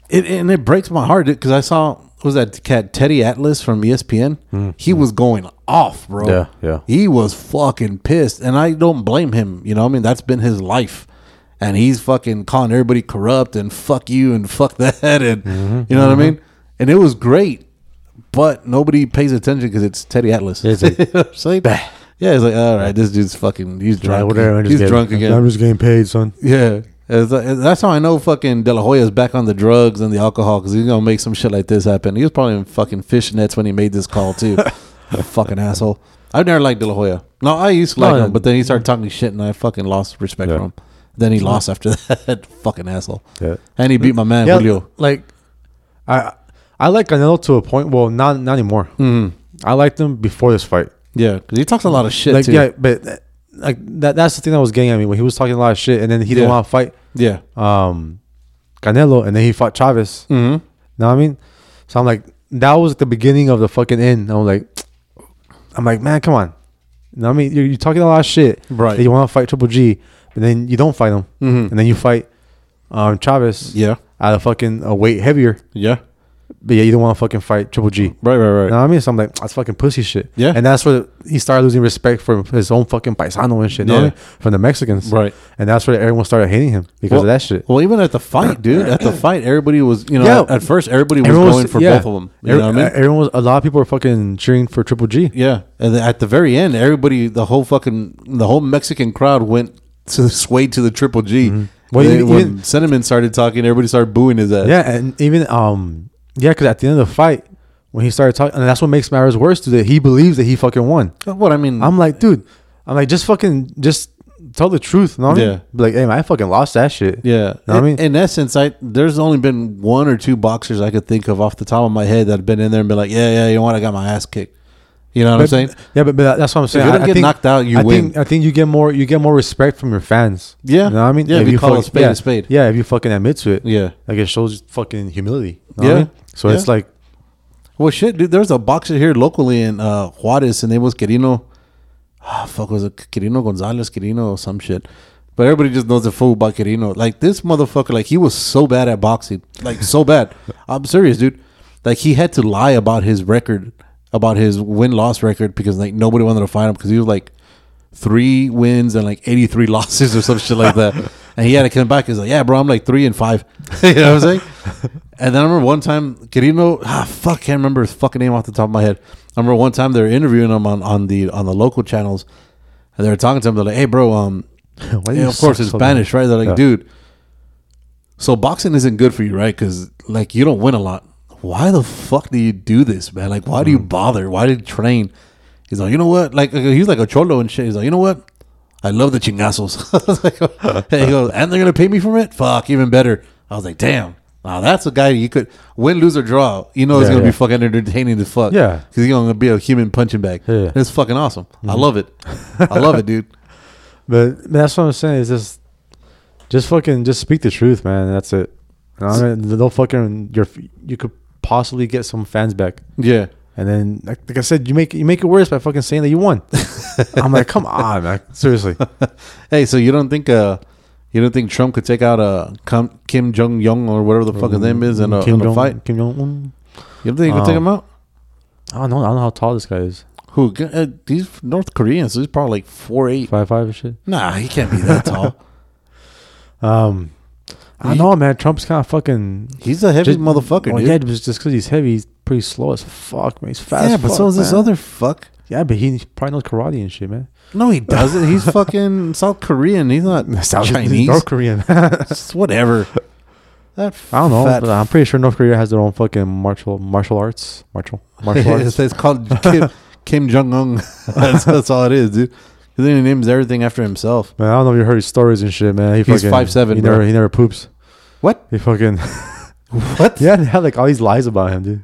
it and it breaks my heart because I saw what was that cat Teddy Atlas from E ESPN. He was going off, bro. Mm. Yeah, yeah. He was fucking pissed, and I don't blame him. You know, what I mean, that's been his life, and he's fucking calling everybody corrupt and fuck you and fuck that, and Mm-hmm, you know what I mean. And it was great, but nobody pays attention because it's Teddy Atlas. It's like, You know what I'm saying? Yeah, it's like all right, this dude's fucking. He's drunk. "Ah, whatever, I'm just he's getting- drunk again. I'm just getting paid, son. Yeah. It's like- That's how I know fucking De La Hoya's back on the drugs and the alcohol because he's going to make some shit like this happen. He was probably in fucking fishnets when he made this call, too. fucking asshole. I've never liked De La Hoya. No, I used to like No, him, but then he started talking shit and I fucking lost respect Yeah. for him. Then he lost after that. fucking asshole. Yeah. And he beat my man, yeah, Julio. Like, I I like Canelo to a point. Well, not not anymore. Mm-hmm. Mm. I liked him before this fight. Yeah. Because he talks a lot of shit, Like, too. yeah, but uh, like that that's the thing that was getting at me when he was talking a lot of shit, and then he didn't Yeah. want to fight Yeah. um Canelo, and then he fought Chavez. Mhm. Know what I mean? So I'm like, that was the beginning of the fucking end. I'm like, I'm like, man, come on. You know what I mean? You're, you're talking a lot of shit. Right. Mm-hmm. That you want to fight Triple G, but then you don't fight him, and then you fight um Chavez. Yeah. Out of fucking a weight heavier. Yeah. But yeah, you don't want to fucking fight Triple G. Right, right, You right. know what I mean? So I'm like, that's fucking pussy shit. Yeah. And that's where he started losing respect for his own fucking paisano and shit. You know what I Yeah. mean? From the Mexicans. Right. And that's where everyone started hating him because well, of that shit. Well, even at the fight, dude. At the fight, everybody was, you know, Yeah. at, at first, everybody was Everyone going for yeah. both of them. You Every- know what I mean? Everyone was, a lot of people were fucking cheering for Triple G. Yeah, and then at the very end, everybody, the whole fucking, the whole Mexican crowd went to swayed to the Triple G. Mm-hmm. Well, They- even- when even- Cinnamon started talking, everybody started booing his ass. Yeah. And even, um, yeah, because at the end of the fight, when he started talking, and that's what makes matters worse. Dude, that he believes that he fucking won. What I mean, I'm like, dude, I'm like, just fucking, just tell the truth. You know what I mean? Yeah. Be like, hey, man, I fucking lost that shit. Yeah, Know what I In- mean? in essence, I there's only been one or two boxers I could think of off the top of my head that have been in there and been like, yeah, yeah, you know what, I got my ass kicked. You know what I'm But- saying? Yeah, but, but that's what I'm saying. you I- don't I get think- knocked out, you I win. Think, I think you get more you get more respect from your fans. Yeah. you know what I mean. Yeah, if you call a fucking- spade a yeah, spade. Yeah, if you fucking admit to it. Yeah. like it shows fucking humility. you know what I Yeah. mean? so it's Yeah. like Well, shit, dude. There's a boxer here locally in uh, Juarez, and name was Quirino. Ah, fuck, was it Quirino Gonzalez, Quirino, or some shit? But everybody just knows the fool about Quirino. Like this motherfucker, like he was so bad at boxing, like so bad. I'm serious, dude. Like he had to lie about his record, about his win loss record, because like nobody wanted to fight him because he was like three wins and like 83 losses or some shit like that. And he had to come back. He's like, yeah, bro, I'm like three and five. you know what I'm saying? And then I remember one time, Quirino, ah, fuck, can't remember his fucking name off the top of my head. I remember one time they were interviewing him on, on the on the local channels, and they were talking to him. They're like, hey, bro, um, Why do yeah, you of course, suck in so Spanish, bad? right? They're like, Yeah. dude, so boxing isn't good for you, right? Because like you don't win a lot. Why the fuck do you do this, man? Like, why do you Mm. bother? Why do you train? He's like, you know what? Like, uh, he's like a cholo and shit. He's like, you know what? I love the chingazos. I was like, and he goes, and they're gonna pay me from it. Fuck, even better. I was like, damn. Wow, that's a guy you could win, lose, or draw. You know, it's Yeah, gonna yeah. be fucking entertaining as fuck. Yeah. because he's gonna be a human punching bag. Yeah. Mm-hmm. And it's fucking awesome. I love it. I love it, dude. But but that's what I'm saying. Is just, just fucking, just speak the truth, man. and That's it. You know what I mean? They'll fucking. Your, you could possibly get some fans back, Yeah. and then, like, like I said, you make you make it worse by fucking saying that you won. I'm like, come on, man. Seriously. Hey, so you don't think uh, you don't think Trump could take out uh, Kim, Kim Jong Un or whatever the fuck his name is in a, Mm, Kim in a Jong- fight? Kim Jong mm. Un. You don't think he could take Um, him out? I don't know. I don't know how tall this guy is. Who? Uh, he's North Korean, so he's probably like four eight. Five five or shit. Nah, he can't be that tall. Um, I don't He- know, man. Trump's kind of fucking. He's a heavy just- motherfucker, Well, dude. yeah, it was just because he's heavy. He's pretty slow as fuck, man. He's fast. yeah, as but fuck, so is this man. other fuck. Yeah, but he probably knows karate and shit, man. No, he doesn't. He's fucking South Korean. He's not Chinese. North Korean. I It's whatever. That don't know. fat But I'm pretty sure North Korea has their own fucking martial martial arts. Martial martial it's, arts. it's called Kim, Kim Jong Un. that's, that's all it is, dude. 'Cause Then he names everything after himself. Man, I don't know if you heard his stories and shit, man. He He's fucking, 5'7", He bro. never he never poops. What? He fucking What? yeah. They had like all these lies about him, dude.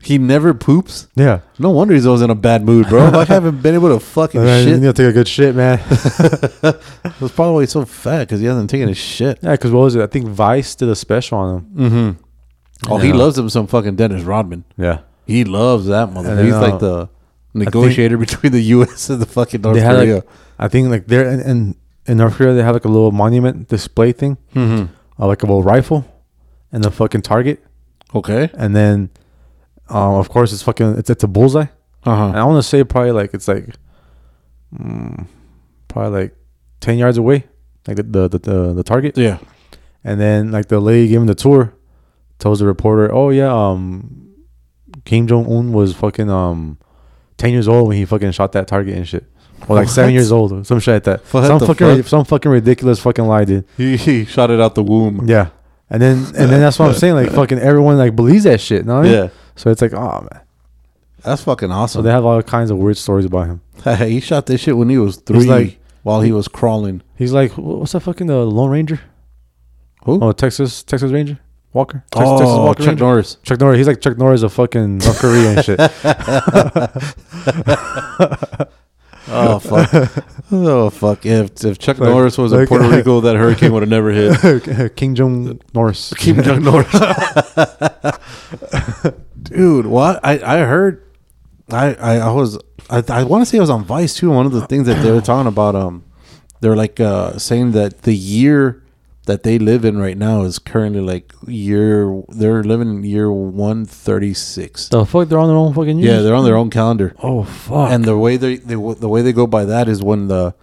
He never poops. Yeah. No wonder he's always in a bad mood, bro. I haven't been able to fucking Man, You shit. need to take a good shit, man. That's probably why he's so fat because he hasn't taken his shit. yeah, because what was it? I think Vice did a special on him. Oh, he Yeah. loves him some fucking Dennis Rodman. Yeah. He loves that motherfucker. I He's know. like the negotiator between the U.S. and the fucking North They had Korea. like, I think like there in, in in North Korea they have like a little monument display thing, mm-hmm. uh, like a little rifle, and a fucking target. okay. and then um, of course it's fucking it's, it's a bullseye. Uh And huh. I want to say probably like it's like mm, probably like ten yards away, like the the, the the the target. Yeah. And then like the lady giving the tour tells the reporter, "Oh yeah, um, Kim Jong Un was fucking um ten years old when he fucking shot that target and shit." Or like seven What? years old, or some shit like that. What some the fucking fuck? some fucking ridiculous fucking lie, dude. He, he shot it out the womb. Yeah, and then and then that's what I'm saying. Like fucking everyone like believes that shit. know what I mean? Yeah. So it's like, oh man. That's fucking So awesome. they have all kinds of weird stories about him. he shot this shit when he was three, like- while he was crawling. He's like, wh- what's that fucking uh, Lone Ranger? Who? Oh, Texas Texas Ranger Walker. Tex- Oh, Texas Chuck Ranger? Norris. Chuck Norris. He's like Chuck Norris of fucking North Korea and shit. Oh fuck! oh fuck! If if Chuck Like- Norris was in like- Puerto Rico, that hurricane would have never hit. King Jong Norris. Kim Jong Norris. Dude, what I, I heard, I, I I was I, I want to say I was on Vice too. One of the things that they were talking about, um, they're like uh, saying that the year that they live in right now is currently like year they're living in year one thirty six. The fuck, they're on their own fucking. Yeah, they're on their own calendar. Oh fuck. And the way they, they the way they go by that is when the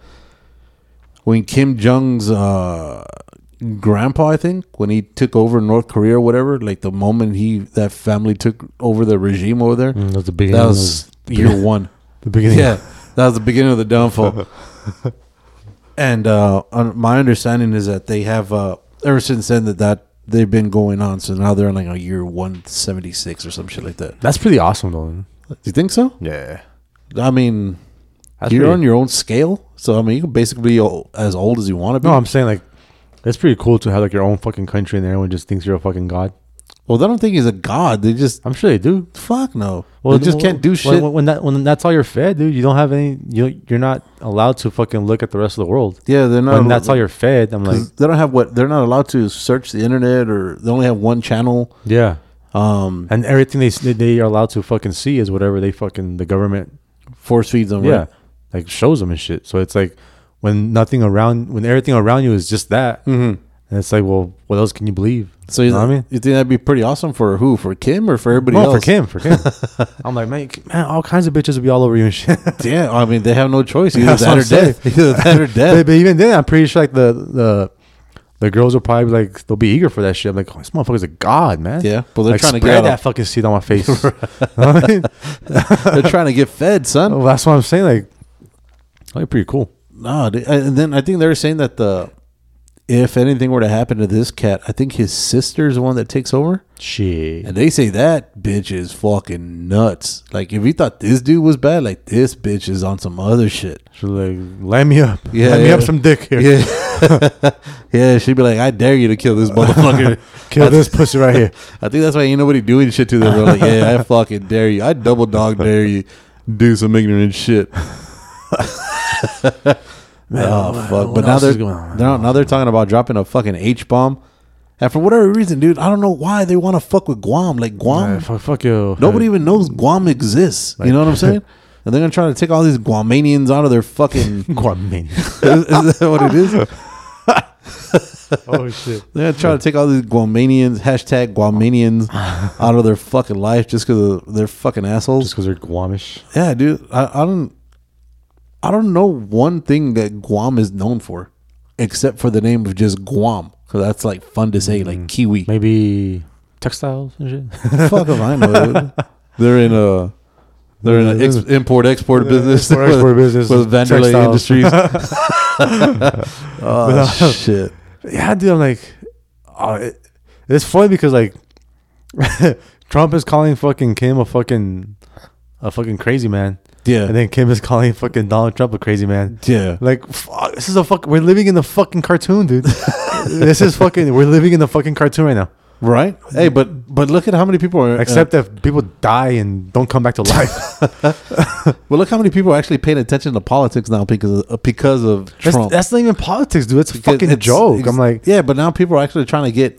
when Kim Jong's uh, grandpa, I think, when he took over North Korea or whatever, like the moment he that family took over the regime over there, Mm, that's the beginning. that was year one. the beginning. Yeah, that was the beginning of the downfall. and uh, on, my understanding is that they have uh, ever since then that that they've been going on. So now they're on like a year 176 or some shit like that. That's pretty awesome, though. Do you think so? Yeah. I mean, That's you're pretty- on your own scale. So, I mean, you can basically be o- as old as you want to be. No, I'm saying like it's pretty cool to have like your own fucking country and everyone just thinks you're a fucking god. well, I don't think he's a god. They just, I'm sure they do. fuck no. Well, they just can't do when- shit. when, when that when that's all you're fed, dude. You don't have any. You you're not allowed to fucking look at the rest of the world. yeah, they're not. When that's all you're fed, I'm like, 'cause they don't have what they're not allowed to search the internet or they only have one channel. yeah. Um, And everything they s- they- they are allowed to fucking see is whatever they fucking the government force feeds them. yeah right? like shows them and shit. So it's like when nothing around when everything around you is just that, mm-hmm. and it's like, well, what else can you believe? So you you, know what I mean. you think that'd be pretty awesome for who? For Kim or for everybody No, else? for Kim, for Kim. I'm like, man, you- man, all kinds of bitches will be all over you and shit. Yeah, I mean they have no choice. Either That's that what or I'm saying. death. Either that or but, death. but even then, I'm pretty sure like the the the girls will probably be like they'll be eager for that shit. I'm like, oh, this motherfucker's a god, man. Yeah, but they're like, trying to get spread out that of- fucking seed on my face. You know what I mean? They're trying to get fed, son. Well, that's what I'm saying. Like, like pretty cool. No, dude. and then I think they were saying that the if anything were to happen to this cat, I think his sister's the one that takes over. Shit. And they say that bitch is fucking nuts. Like if you thought this dude was bad, like this bitch is on some other shit. She's like, line me up. Yeah, Yeah, me yeah. up some dick here. Yeah. yeah, she'd be like, I dare you to kill this motherfucker. Kill this pussy right here. I think that's why ain't nobody doing shit to them. They're like, yeah, I fucking dare you. I double dog dare you. Do some ignorant shit. oh fuck! But what now else they're, is going on? they're now they're talking about dropping a fucking H bomb, and for whatever reason, dude, I don't know why they want to fuck with Guam. Like Guam, Yeah, fuck, fuck you. Nobody even knows Guam exists. you know what I'm saying? And they're gonna try to take all these Guamanians out of their fucking. Guamanian. is, is that what it is? They're oh shit. gonna try to take all these Guamanians hashtag Guamanians out of their fucking life just because they're fucking assholes. Just because they're Guamish. Yeah, dude. I, I don't. I don't know one thing that Guam is known for, except for the name of just Guam. Cause that's like fun to say, like Kiwi. Maybe textiles and shit. Fuck if I know. dude. They're in a they're in an ex- import export business. Import-export with- business. with Vanderlei Textiles. Industries. oh shit! yeah, dude, I'm like, oh, it, it's funny because like Trump is calling fucking Kim a fucking a fucking crazy man, Yeah, and then Kim is calling fucking Donald Trump a crazy man. yeah. Like, fuck, this is a fuck. We're living in the fucking cartoon, dude. this is fucking. We're living in the fucking cartoon right now. Right? Hey, but but look at how many people are. Except that people die and don't come back to life. uh, well, look how many people are actually paying attention to politics now because of, because of that's, Trump. that's not even politics, dude. That's a Because fucking it's- joke. it's- I'm like, yeah, but now people are actually trying to get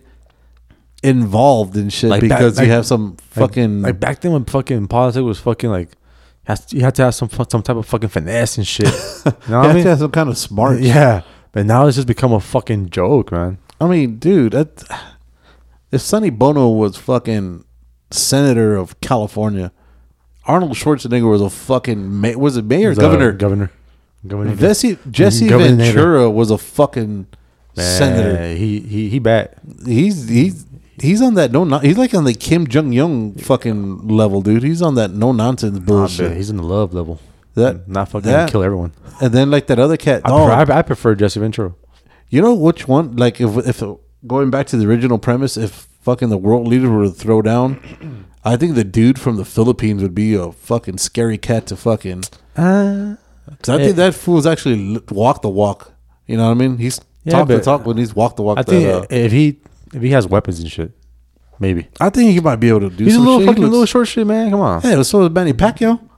involved in shit Like back- because like- you have some Like- fucking like, back then when fucking politics was fucking like has you had to have some fu- some type of fucking finesse and shit. you know you what I have mean? to have some kind of smart. Yeah, but now it's just become a fucking joke, man. I mean, dude, that, if Sonny Bono was fucking senator of California, Arnold Schwarzenegger was a fucking ma- was it mayor, He's a governor. governor, governor. Jesse Jesse Governator. Ventura was a fucking Man, senator. He he he bad. He's he's he's on that no non- he's like on the Kim Jong Un fucking level, dude. He's on that no nonsense Nah, bullshit. dude, he's in the love level. Oh, that Not fucking that- kill everyone. And then like that other cat. I, oh, pre- I, I prefer Jesse Ventura. You know which one? Like if if going back to the original premise, if fucking the world leaders were to throw down, I think the dude from the Philippines would be a fucking scary cat to fucking. Uh, 'cause I Yeah. think that fool's actually l- walked the walk. You know what I mean? He's Yeah, talked the but- talk when he's walked the walk. I that, think uh, if he if he has weapons and shit, maybe I think he might be able to do. he's a some little shit. He fucking looks- little short shit, man. Come on. Yeah, it was so was Manny Pacquiao.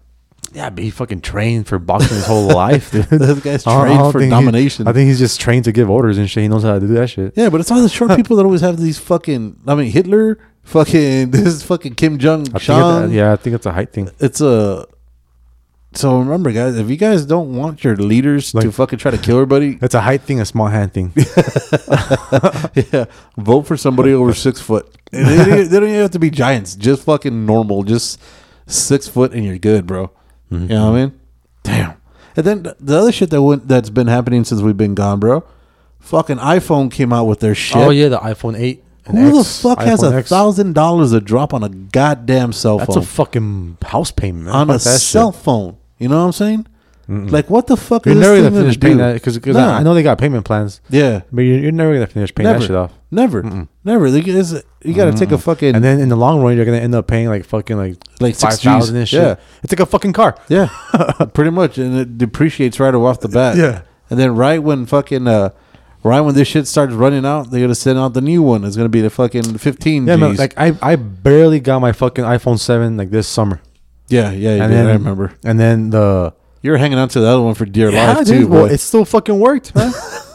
Yeah, but he fucking trained for boxing his whole life, dude. This guy's I don't- I trained don't for think he- domination. I think he's just trained to give orders and shit. He knows how to do that shit. yeah, but it's all the short people that always have these fucking. I mean, Hitler, fucking this is fucking Kim Jong I think Sean. it- yeah, I think it's a height thing. it's a so remember guys if you guys don't want your leaders to Like- fucking try to kill everybody It's a height thing, a small hand thing. yeah vote for somebody over six foot And they, don't- they don't even have to be giants just fucking normal just six foot and you're good bro you Mm-hmm. know what i mean damn and then th- the other shit that went that's been happening since we've been gone bro fucking iphone came out with their shit Oh yeah, the iPhone eight. and who X, the fuck has iPhone a X. thousand dollars a drop on a goddamn cell That's phone a fucking house payment. man. on Fuck a that shit. cell phone you know what i'm saying Like what the fuck? You're is never this gonna thing finish do? paying that because Nah. I know they got payment plans, Yeah, but you're, you're never gonna finish paying Never. that shit off. never, never. Like, it's- you got to take a fucking And then in the long run, you're gonna end up paying like fucking like like five six thousand and Gs. shit. Yeah, It's like a fucking car. yeah, pretty much, and it depreciates right off the bat. Yeah. and then right when fucking uh, right when this shit starts running out, they're gonna send out the new one. It's gonna be the fucking fifteen. Yeah, man, Gs. like I, I barely got my fucking iPhone seven like this summer, yeah, yeah, you and did, then I remember And then the you were hanging on to the other one for dear life dude, too. well, boy. it still fucking worked, man.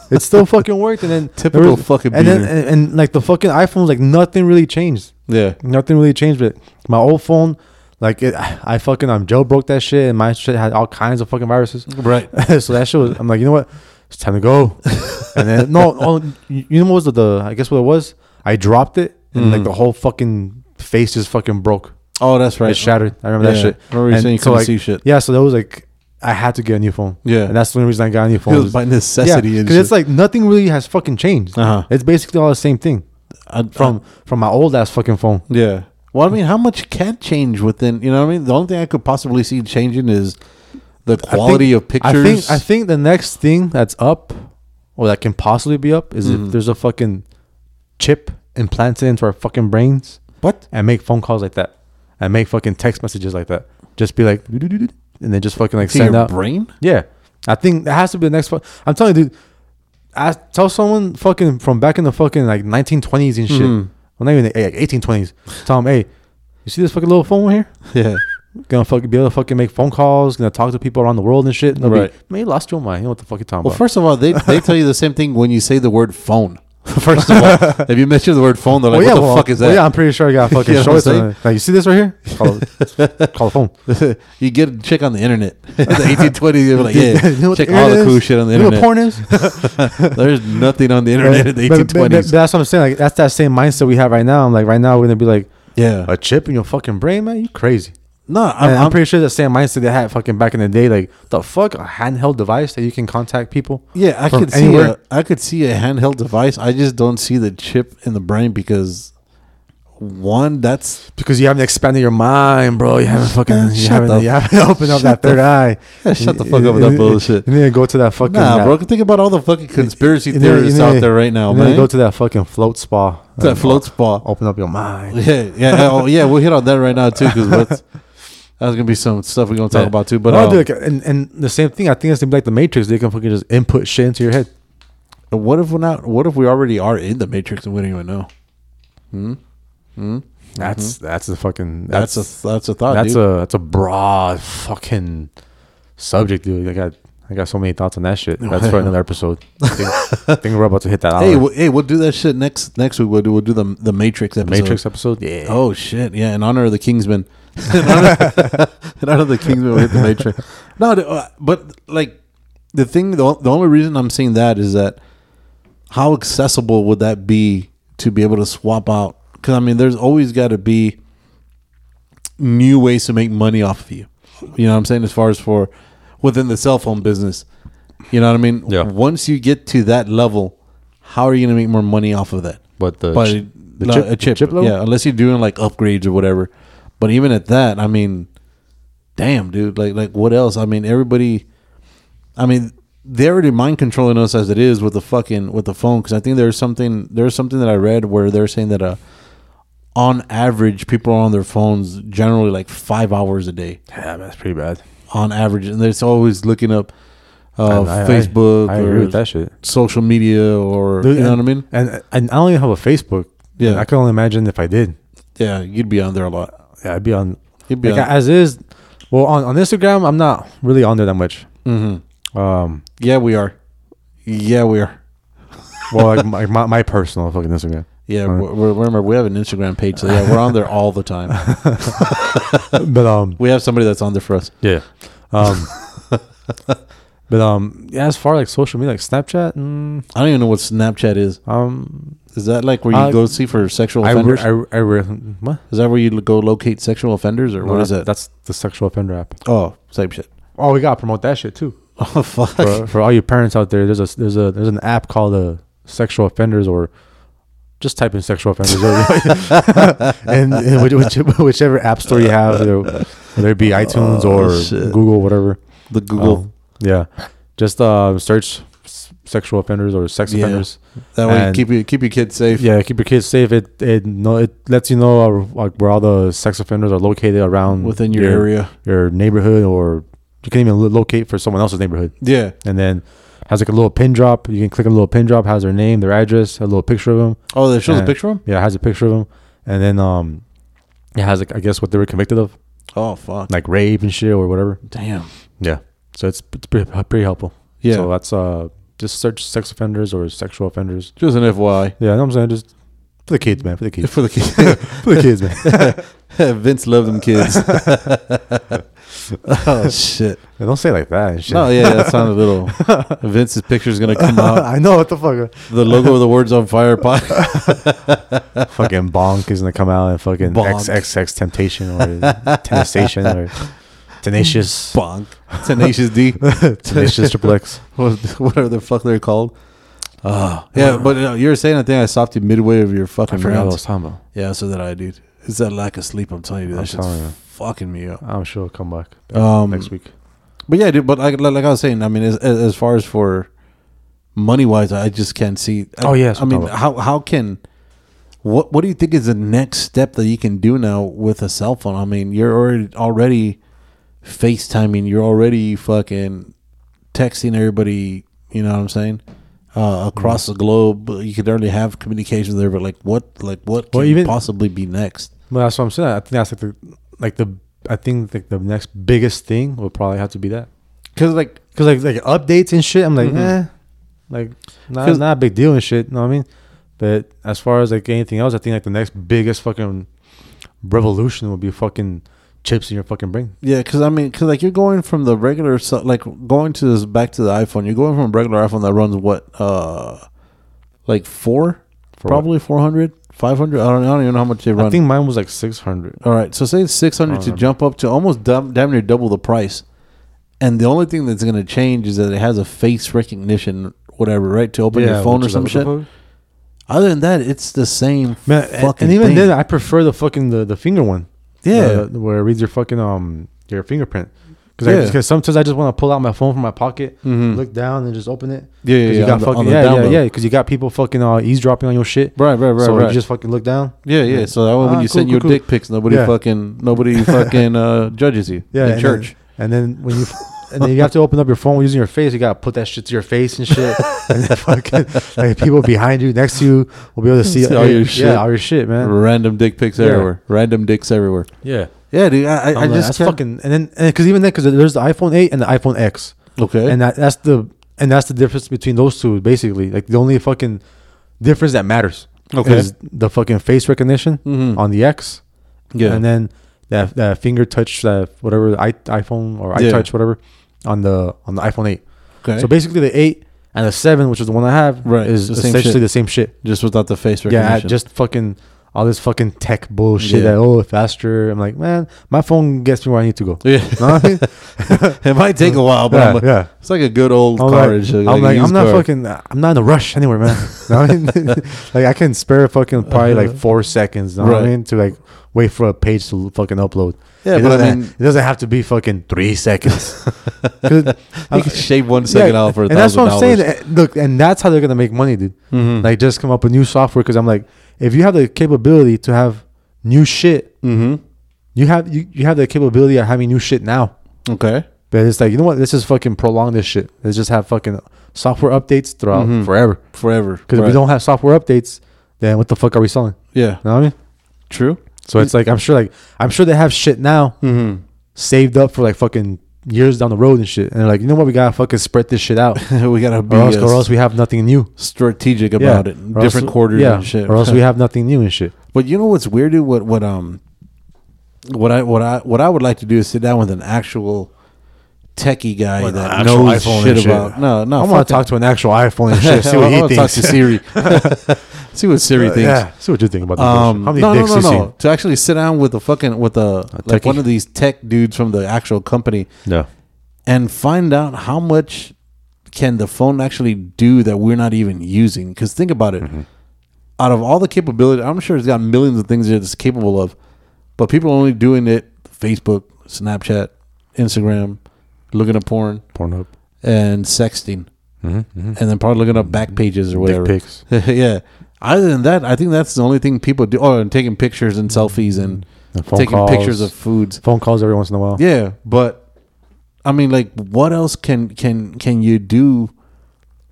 it still fucking worked, and then Typical there fucking and then beater. and, and like the fucking iPhone, like nothing really changed. yeah, Nothing really changed, but my old phone, like it, I fucking I'm jailbroke that shit, and my shit had all kinds of fucking viruses. right. so that shit was, I'm like, you know what? It's time to go. And then, no, oh, you you know what was the, the, I guess what it was? I dropped it and Mm-hmm. like the whole fucking face just fucking broke. Oh, that's right. It shattered. I remember Yeah. that shit. Remember you And saying you so, couldn't like, see shit. Yeah, so that was like, I had to get a new phone. Yeah. And that's the only reason I got a new phone. It was by necessity Yeah, and because it's shit. like nothing really has fucking changed. Uh-huh. It's basically all the same thing I- from from my old ass fucking phone. Yeah. uh, Well, I mean, how much can change within? You know what I mean? The only thing I could possibly see changing is the I think- quality of I pictures. think I think the next thing that's up, or that can possibly be up, is Mm-hmm. if there's a fucking chip implanted into our fucking brains what? and make phone calls like that, and make fucking text messages like that. Just be like, "Doo-doo-doo-doo," and then just fucking like To send your out. brain? Yeah, I think that has to be the next. Fu- I'm telling you, dude. Ask, tell someone fucking from back in the fucking like 1920s and shit. Mm-hmm. Well, not even eh, like 1820s. Tell them, hey, you see this fucking little phone right here? Yeah. gonna fucking be able to fucking make phone calls, gonna talk to people around the world and shit. And they'll Right. be, man, you lost your mind. You know what the fuck you're talking Well, about. first of all, they they tell you the same thing when you say the word phone. First of all, if you mention the word phone, they're like, "What the well, fuck is well, that?" yeah, I'm pretty sure I got fucking You know what I'm shorts. on saying? it. Like, you see this right here? Call, call the phone. you get a chick on the internet. the 1820, you're like, "Yeah, You know what check internet all the is? cool shit on the You know what internet." porn is? There's nothing on the internet in the But- but- but 1820s. that's what I'm saying. Like, that's that same mindset we have right now. I'm like, right now we're gonna be like, Yeah. a chip in your fucking brain, man. You crazy. No, I'm, I'm, I'm I'm pretty sure the same mindset they had fucking back in the day. Like, the fuck, a handheld device that you can contact people. Yeah, I from could see a, I could see a handheld device. I just don't see the chip in the brain because one, that's because you haven't expanded your mind, bro. You haven't fucking Man, you shut haven't, the- you haven't opened up that third eye. Yeah, shut the You- fuck up with that you- bullshit. You need to go to that fucking nah, that- bro. Think about all the fucking conspiracy you need- theorists you need- out there right now, you need to man. Go to that fucking float spa. that and float o- spa. Open up your mind. Yeah, yeah, oh, yeah. We'll hit on that right now too, because that's gonna be some stuff we're gonna talk about too. But no, um, dude, like, and and the same thing. I think it's gonna be like the Matrix. They can fucking just input shit into your head. what if we're not? What if we already are in the matrix and we don't even know? That's that's a fucking Mm-hmm. That's, that's a that's a thought. that's dude. a that's a broad fucking subject, dude. I got I got so many thoughts on that shit. That's for another episode. I think, I think we're about to hit that. hey, hour. we hey, we'll do that shit next next week. We'll do we'll do the the matrix episode. Matrix episode. Yeah. Oh shit! Yeah, in honor of the Kingsman. in, honor, in honor of the Kingsman, we hit the Matrix. No, the- uh, but like the thing, the, o- the only reason I'm seeing that is that how accessible would that be to be able to swap out? Because I mean, there's always got to be new ways to make money off of you. You know what I'm saying? As far as for within the cell phone business, you know what I mean. Yeah. Once you get to that level, how are you going to make more money off of that? But the but ch- no, chip- a chip, chip level? yeah. Unless you're doing like upgrades or whatever. But even at that, I mean, damn, dude. Like, like what else? I mean, everybody. I mean, they're already mind controlling us as it is with the fucking with the phone. Because I think there's something there's something that I read where they're saying that uh, on average, people are on their phones generally like five hours a day Yeah, man, that's pretty bad. on average, and it's always looking up uh, I- I- Facebook I or agree with that shit. social media or you know and, what I mean. And and I don't even have a Facebook. Yeah. I can only imagine if I did. Yeah, you'd be on there a lot. Yeah, I'd be on. You'd be like, on- as is. Well, on, on Instagram, I'm not really on there that much. Mm-hmm. Um. Yeah, we are. Yeah, we are. Well, like my, my, my personal fucking Instagram. Yeah, we're, we're, remember we have an Instagram page, so yeah, we're on there all the time. But um. We have somebody that's on there for us. Yeah. Um. but um. Yeah. As far like social media, like Snapchat. Mm, I don't even know what Snapchat is. um. Is that like where you Uh, go see for sexual I re- offenders? I re- I re- what? is that where you go locate sexual offenders, or what is that? That's the sexual offender app. oh, same shit. Oh, we gotta promote that shit too. Oh fuck. for, for all you parents out there, there's a there's a there's an app called uh, sexual offenders or just type in sexual offenders and, and which, which, whichever app store you have, whether, whether it be iTunes Oh, or shit. Google, whatever. The Google. Yeah, just uh, search s- sexual offenders or sex Yeah. offenders. That way, And- keep your keep your kids safe. Yeah, keep your kids safe. It it no it lets you know uh, like where all the sex offenders are located around within your area. your neighborhood, or you can even lo- locate for someone else's neighborhood. Yeah, And then has like a little pin drop. You can click a little pin drop. Has their name, their address, a little picture of them. Oh, they show the Uh, picture of him? Yeah, it has a picture of them. And then um, it has like I guess what they were convicted of, Oh, fuck. like rape and shit or whatever. Damn. Yeah. So it's it's pretty, pretty helpful. Yeah. So that's uh just search sex offenders or sexual offenders. Just an FYI. Yeah, you know what I'm saying just for the kids, man. For the kids. For the kids. for the kids, man. Vince loved them kids. oh, shit. Yeah, don't say it like that and shit. No, yeah, that sounded a little. Vince's picture's going to come out. I know what the fuck. The logo of the Words on Fire podcast. fucking bonk is gonna come out and fucking Bonk. XXX temptation or temptation or tenacious Bonk. Tenacious D. tenacious triple X. What- Whatever the fuck they're called. Uh, yeah, but uh, you were saying, I think I stopped you midway of your fucking rounds. talking about. Yeah, so did I, dude. It's that lack of sleep. I'm telling you, I'm that shit's telling you. fucking me up. I'm sure it'll come back Um, next week. But yeah, dude. But like, like I was saying, I mean, as, as as far as for money wise, I just can't see. I, Oh, yeah, I that's what I'm mean, talking how how can what what do you think is the next step that you can do now with a cell phone? I mean, you're already already FaceTiming. You're already fucking texting everybody. You know what I'm saying? Uh, across Mm-hmm. the globe, you could already have communications there. But like, what like what can Well, even- possibly be next? Well, that's what I'm saying. I think that's like the like the I think like the next biggest thing will probably have to be that Because like because like like updates and shit. I'm like eh, like not 'Cause- not a big deal and shit. You know what I mean? But as far as like anything else, I think like the next biggest fucking revolution will be fucking chips in your fucking brain. Yeah, because I mean, because like you're going from the regular, so- like going to this back to the iPhone. You're going from a regular iPhone that runs what, uh, like four, For probably 400, 500. I don't, I don't even know how much they run. I think mine was like 600. All right, so say it's six hundred to jump up to almost dam- damn near double the price, and the only thing that's going to change is that it has a face recognition, whatever, right, to open your phone or some shit. Other than that, it's the same Man, and, fucking and even thing. then, I prefer the fucking the, the finger one. Yeah. The- the- where it reads your fucking um your fingerprint. Because Yeah. Mm-hmm. sometimes I just want to pull out my phone from my pocket, look down, and just open it. Yeah, yeah, 'Cause yeah, You got on the- on fucking, the yeah, down yeah, low. yeah, Because you got people fucking uh, eavesdropping on your shit. Right, right, right, So right. you just fucking look down. Yeah, yeah. So that way, when Ah, you cool, send cool, your cool. dick pics, nobody Yeah. fucking nobody fucking uh, judges you. Yeah, in and church. Then, and then when you and then you have to open up your phone using your face, you gotta put that shit to your face and shit. and then fucking like people behind you, next to you, will be able to see See all your yeah, shit. all your shit, man. Random dick pics Yeah. everywhere. Random dicks everywhere. Yeah. Yeah, dude. I, I, I'm I like, just that's fucking and then because even then because there's the iPhone 8 and the iPhone X, okay. and that, that's the and that's the difference between those two basically. Like the only fucking difference that matters Okay. is the fucking face recognition Mhm. on the X, yeah, and then that that finger touch that whatever the i iPhone or Yeah. iTouch whatever on the on the iPhone 8. okay. So basically the 8 and the 7, which is the one I have, Right, is the same essentially shit. the same shit. just without the face recognition. Yeah, I just fucking all this fucking tech bullshit Yeah. that oh faster. I'm like, man, my phone gets me where I need to go. Yeah. Know what I mean? it might take a while, but Yeah, I'm like- yeah. it's like a good old I'm car. like, and shit, I'm, like a like, I'm used not car. fucking, I'm not in a rush anywhere, man. Know what I mean? like I can spare fucking probably like four seconds. Know what Uh-huh. Right. I mean? To like wait for a page to fucking upload. Yeah, it but I doesn't- mean- it doesn't have to be fucking three seconds. 'Cause- You can shave one second yeah, out for a and that's thousand what I'm saying. dollars. Mm-hmm. Eh, Look, and that's how they're gonna make money, dude. Like just come up with new software because I'm like, if you have the capability to have new shit, Mm-hmm. you have you, you have the capability of having new shit now. Okay. But it's like you know what? Let's just fucking prolong this shit. Let's just have fucking software updates throughout forever. Forever. Because if Mm-hmm. Right. we don't have software updates, then what the fuck are we selling? Yeah. You know what I mean? True. So it's like I'm sure like I'm sure they have shit now Mm-hmm. saved up for like fucking years down the road and shit. And they're like, you know what? We gotta fucking spread this shit out. we gotta be Or else, uh, or else we have nothing new. strategic about it. Or else- Different quarters yeah. and shit. Or else we have nothing new and shit. But you know what's weird? Dude? What what um what I what I what I would like to do is sit down with an actual techie guy Like that actual knows iPhone shit and shit. about. No, no. I fuck want to talk to an actual iPhone and that. shit. See what I he wanna talk to thinks. Uh, Siri. see what Siri thinks. Yeah. See what you think about this. Um, bullshit. How no, many dicks no, no, you no. seen? To actually sit down with a fucking with a, like techie? one of these tech dudes from the actual company No. and find out how much can the phone actually do that we're not even using because think about it Mm-hmm. out of all the capability i'm sure it's got millions of things that it's capable of but people are only doing it facebook snapchat instagram looking at porn Pornhub. and sexting, Mm-hmm, and then probably looking up back pages or whatever. pics. yeah. Other than that, I think that's the only thing people do. Oh, and taking pictures and selfies and, And Mm-hmm. phone taking pictures calls. of foods. Phone calls every once in a while. Yeah, but I mean, like, what else can can can you do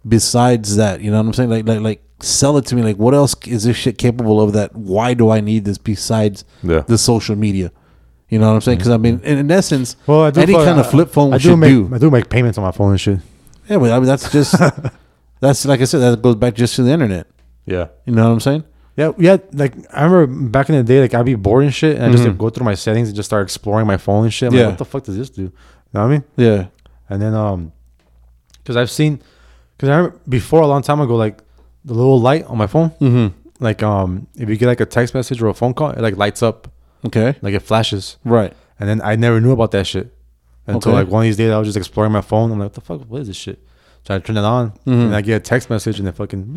besides that? You know what I'm saying? Like, like, like, sell it to me. Like, what else is this shit capable of? That why do I need this besides Yeah. Mm-hmm. the social media? You know what I'm saying? Because I mean, in, in essence, Well, I do any fuck- kind I- of flip phone I do should make do. I do make payments on my phone and shit. Yeah, but I mean, that's just that's like I said, that goes back just to the internet. Yeah. You know what I'm saying? Yeah, yeah. Like I remember back in the day, like I'd be bored and shit, and I just like, go through my settings and just start exploring my phone and shit. I'm Mm-hmm. Yeah. like, what the fuck does this do? You know what I mean? Yeah, And then um, because I've seen, because I remember before a long time ago, like the little light on my phone, mm-hmm. like um, if you get like a text message or a phone call, it like lights up, okay, like it flashes. right. And then I never knew about that shit until Okay. like one of these days I was just exploring my phone. I'm like, what the fuck? What is this shit? So I turn it on Mm-hmm. and I get a text message and it fucking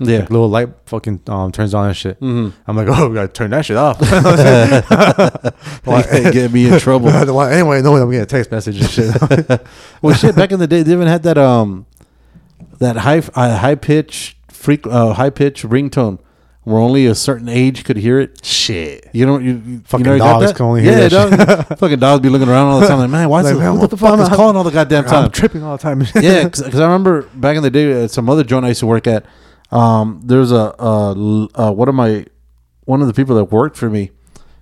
Yeah. like, little light fucking um, turns on and shit. Mm-hmm. I'm like, oh, we gotta turn that shit off. Get me in trouble. I don't want anyway, no, I'm getting a text message and shit. Well, shit. Back in the day, they even had that um, that high uh, high pitch freak uh, high pitch ringtone where only a certain age could hear it. shit. You know, you, you Fucking you know, got dogs that? can only hear yeah, that dog- fucking dogs be looking around all the time like, man, why Like, is man, who what the the fuck fuck is am I- calling all the goddamn time? I'm tripping all the time. yeah, because I remember back in the day, at some other joint I used to work at. Um, there's a, a l- uh, one of my one of the people that worked for me.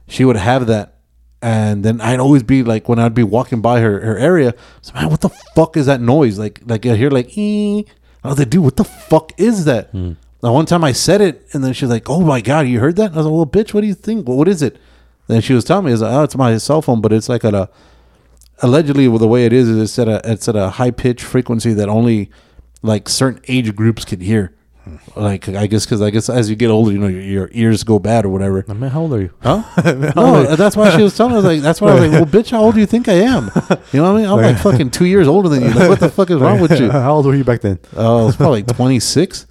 She would have that, and then I'd always be like, when I'd be walking by her her area, so man, what the fuck is that noise? Like like I hear like, ee. I was like, dude, what the fuck is that? Now one time I said it, and then she's like, oh my god, you heard that? I was like, well, bitch, what do you think? What is it? Then she was telling me, it's like, oh, it's my cell phone, but it's like at a allegedly well, the way it is is it's at a it's at a high pitch frequency that only like certain age groups can hear. Like I guess because I guess as you get older, you know your, your ears go bad or whatever. Man, how old are you? Huh? no, that's why she was telling us like that's why I was like, well, bitch, how old do you think I am? You know what I mean? I'm like fucking two years older than you. Like, what the fuck is wrong with you? how old were you back then? Oh, I was probably like 26.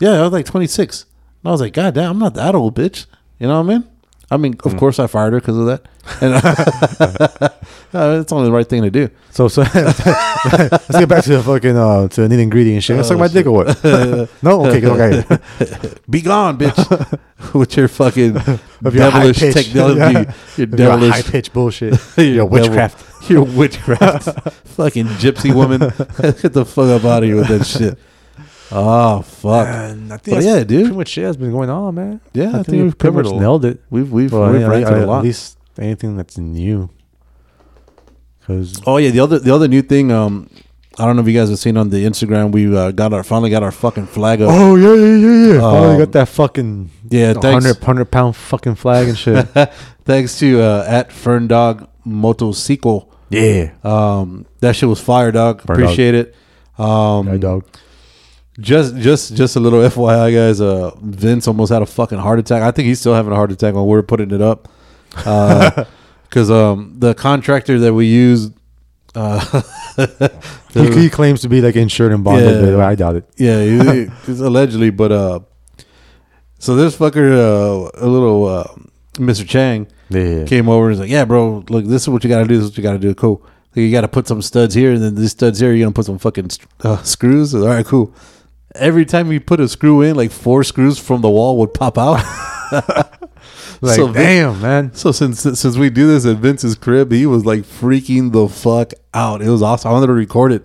Yeah, I was like 26. And I was like, God damn, I'm not that old, bitch. You know what I mean? I mean, of course I fired her because of that. And uh, it's only the right thing to do. So so let's get back to the fucking uh to the nitty and gritty and shit. Oh, Let's suck my dick or what? no, okay, okay. Be gone, bitch. With your fucking your devilish high pitch. technology. Yeah. Your Your high devilish. pitch bullshit. your Your devil- witchcraft. Your witchcraft. fucking gypsy woman. Get the fuck up out of here with that shit. Oh, fuck. And I think But that's yeah, dude. Pretty much shit has been going on, man. Yeah, I I, think think we've we've pretty covered much a lot. nailed it. We've, we've, Well, we've I- ranted I- a lot. At least anything that's new. Because Oh yeah, the other the other new thing. Um, I don't know if you guys have seen on the Instagram. We uh, got our finally got our fucking flag up. oh yeah yeah yeah yeah. oh, Um, you got that fucking yeah, thanks. 100, 100 pound fucking flag and shit. Thanks to uh, at Ferndog Motosico. yeah, Um, that shit was fire, dog. Fire, dog. Appreciate it. Um, my dog. just just just a little FYI, guys. Uh, Vince almost had a fucking heart attack. I think he's still having a heart attack when we were putting it up. Because um, the contractor that we used, uh, He, he claims to be like insured and bonded, Yeah. but I doubt it. Yeah, he- he- it's allegedly, but uh, so this fucker, uh, a little uh, Mr. Chang Yeah. came over and was like, "Yeah, bro, look, this is what you got to do. This is what you got to do. Cool. Like, you got to put some studs here, and then these studs here, you're gonna put some fucking uh, screws. All right, cool. Every time you put a screw in, like four screws from the wall would pop out. Like So Vin- damn man. So since since we do this at Vince's crib, he was like freaking the fuck out. It was awesome. I wanted to record it,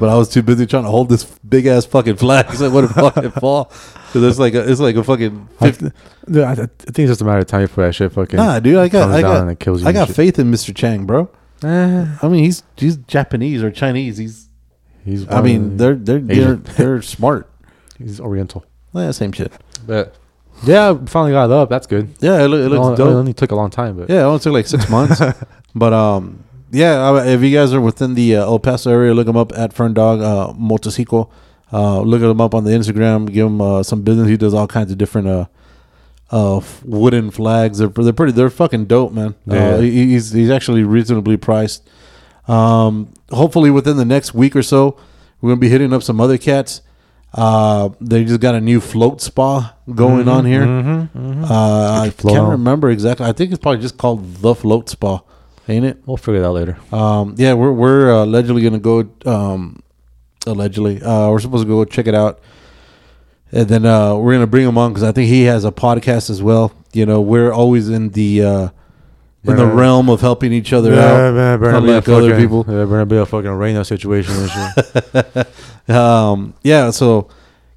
but I was too busy trying to hold this big ass fucking flag. Cause I wouldn't fucking fall. Cause it's like a, it's like a fucking. I, 50, dude, I, I think it's just a matter of time before that shit fucking. nah, dude. I got comes I down and it got kills you I and got shit. faith in Mr. Chang, bro. I mean, he's he's Japanese or Chinese. He's he's. I mean, they're they're they're, Asian. they're smart. he's Oriental. Yeah, same shit. But yeah, we finally got it up. That's good. Yeah, it, loo- it It, looks only, dope. only took a long time, but Yeah, it only took like six months. but um, yeah, I- if you guys are within the uh, El Paso area, look them up at Ferndog uh, Motosico. Uh, look him up on the Instagram. Give him uh, some business. He does all kinds of different uh, uh, f- wooden flags. They're they're pretty. They're fucking dope, man. Yeah. Uh, he- he's he's actually reasonably priced. Um, hopefully within the next week or so, we're gonna be hitting up some other cats. Uh, they just got a new float spa going Mm-hmm, on here. Uh, I float can't on. remember exactly. I think it's probably just called the Float Spa. ain't it? We'll figure that out later. Um, yeah, we're we're uh, allegedly gonna go. Um, allegedly, uh, we're supposed to go check it out, and then uh, we're gonna bring him on because I think he has a podcast as well. You know, we're always in the uh, in the Right. realm of helping each other yeah, out, man, better be a unlike other fucking- people. Yeah, better be a fucking Reno situation. and shit. Um, yeah, so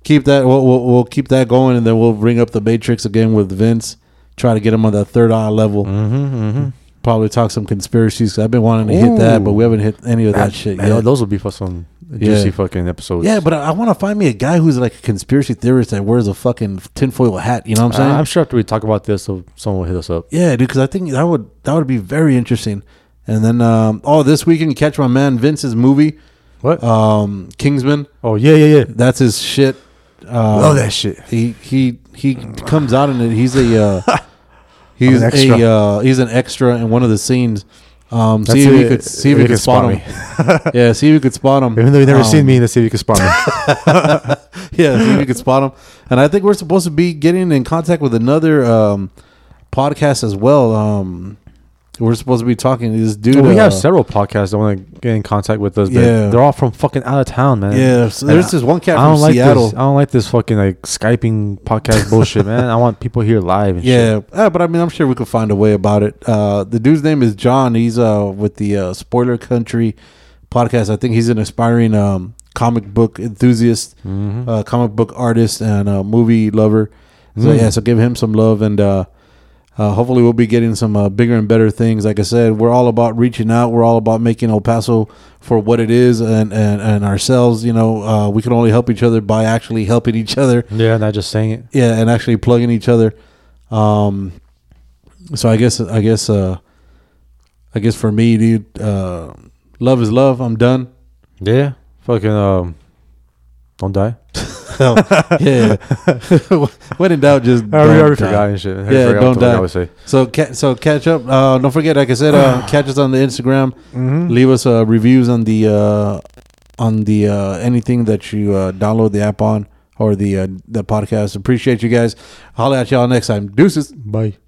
keep that. We'll, we'll we'll keep that going, and then we'll bring up the Matrix again with Vince. Try to get him on that third eye level. Mm-hmm. Probably talk some conspiracies. 'cause I've been wanting to hit that, Ooh. but we haven't hit any of that, shit Man, yet. Those will be for some juicy fucking episodes. Yeah, but I, I want to find me a guy who's like a conspiracy theorist that wears a fucking tinfoil hat. You know what I'm saying? I- I'm sure after we talk about this, so someone will hit us up. yeah, dude, because I think that would that would be very interesting. And then, um, oh, this weekend catch my man Vince's movie, What? um, Kingsman. Uh, oh yeah, yeah, yeah. That's his shit. Um, Love that shit. He he he comes out in it. He's a uh, he's I'm an extra. a uh, he's an extra in one of the scenes. Um, see That's if you it. could see if you could spot him. yeah, see if you could spot him. Even though you've never Um, seen me, let's see if you can spot me. yeah, so you can spot them. And I think we're supposed to be getting in contact with another um, podcast as well. Um, we're supposed to be talking to this dude. Well, we have uh, several podcasts that want to get in contact with us. But Yeah. they're all from fucking out of town, man. Yeah, so And there's I- this one cat I from don't like Seattle. This. I don't like this fucking like skyping podcast bullshit, man. I want people here live. And shit. Yeah, uh, but I mean, I'm sure we could find a way about it. Uh, the dude's name is John. He's uh, with the uh, Spoiler Country podcast. I think he's an aspiring um, comic book enthusiast, Mm-hmm. uh, comic book artist, and uh, movie lover. So Mm. yeah, so give him some love, and uh, uh, hopefully we'll be getting some uh, bigger and better things. Like I said, we're all about reaching out. We're all about making El Paso for what it is, and and, and ourselves. You know, uh, we can only help each other by actually helping each other yeah, not just saying it. yeah and actually plugging each other um so i guess i guess uh i guess for me dude uh love is love i'm done Yeah, fucking um, don't die. yeah when in doubt just I already, don't already die. forgot and shit. I already Oh, yeah forgot what don't the fuck die I would say. so ca- so catch up uh don't forget like i said uh catch us on the instagram Mm-hmm. leave us uh reviews on the uh on the uh anything that you uh download the app on or the uh the podcast appreciate you guys holla at y'all next time deuces Bye.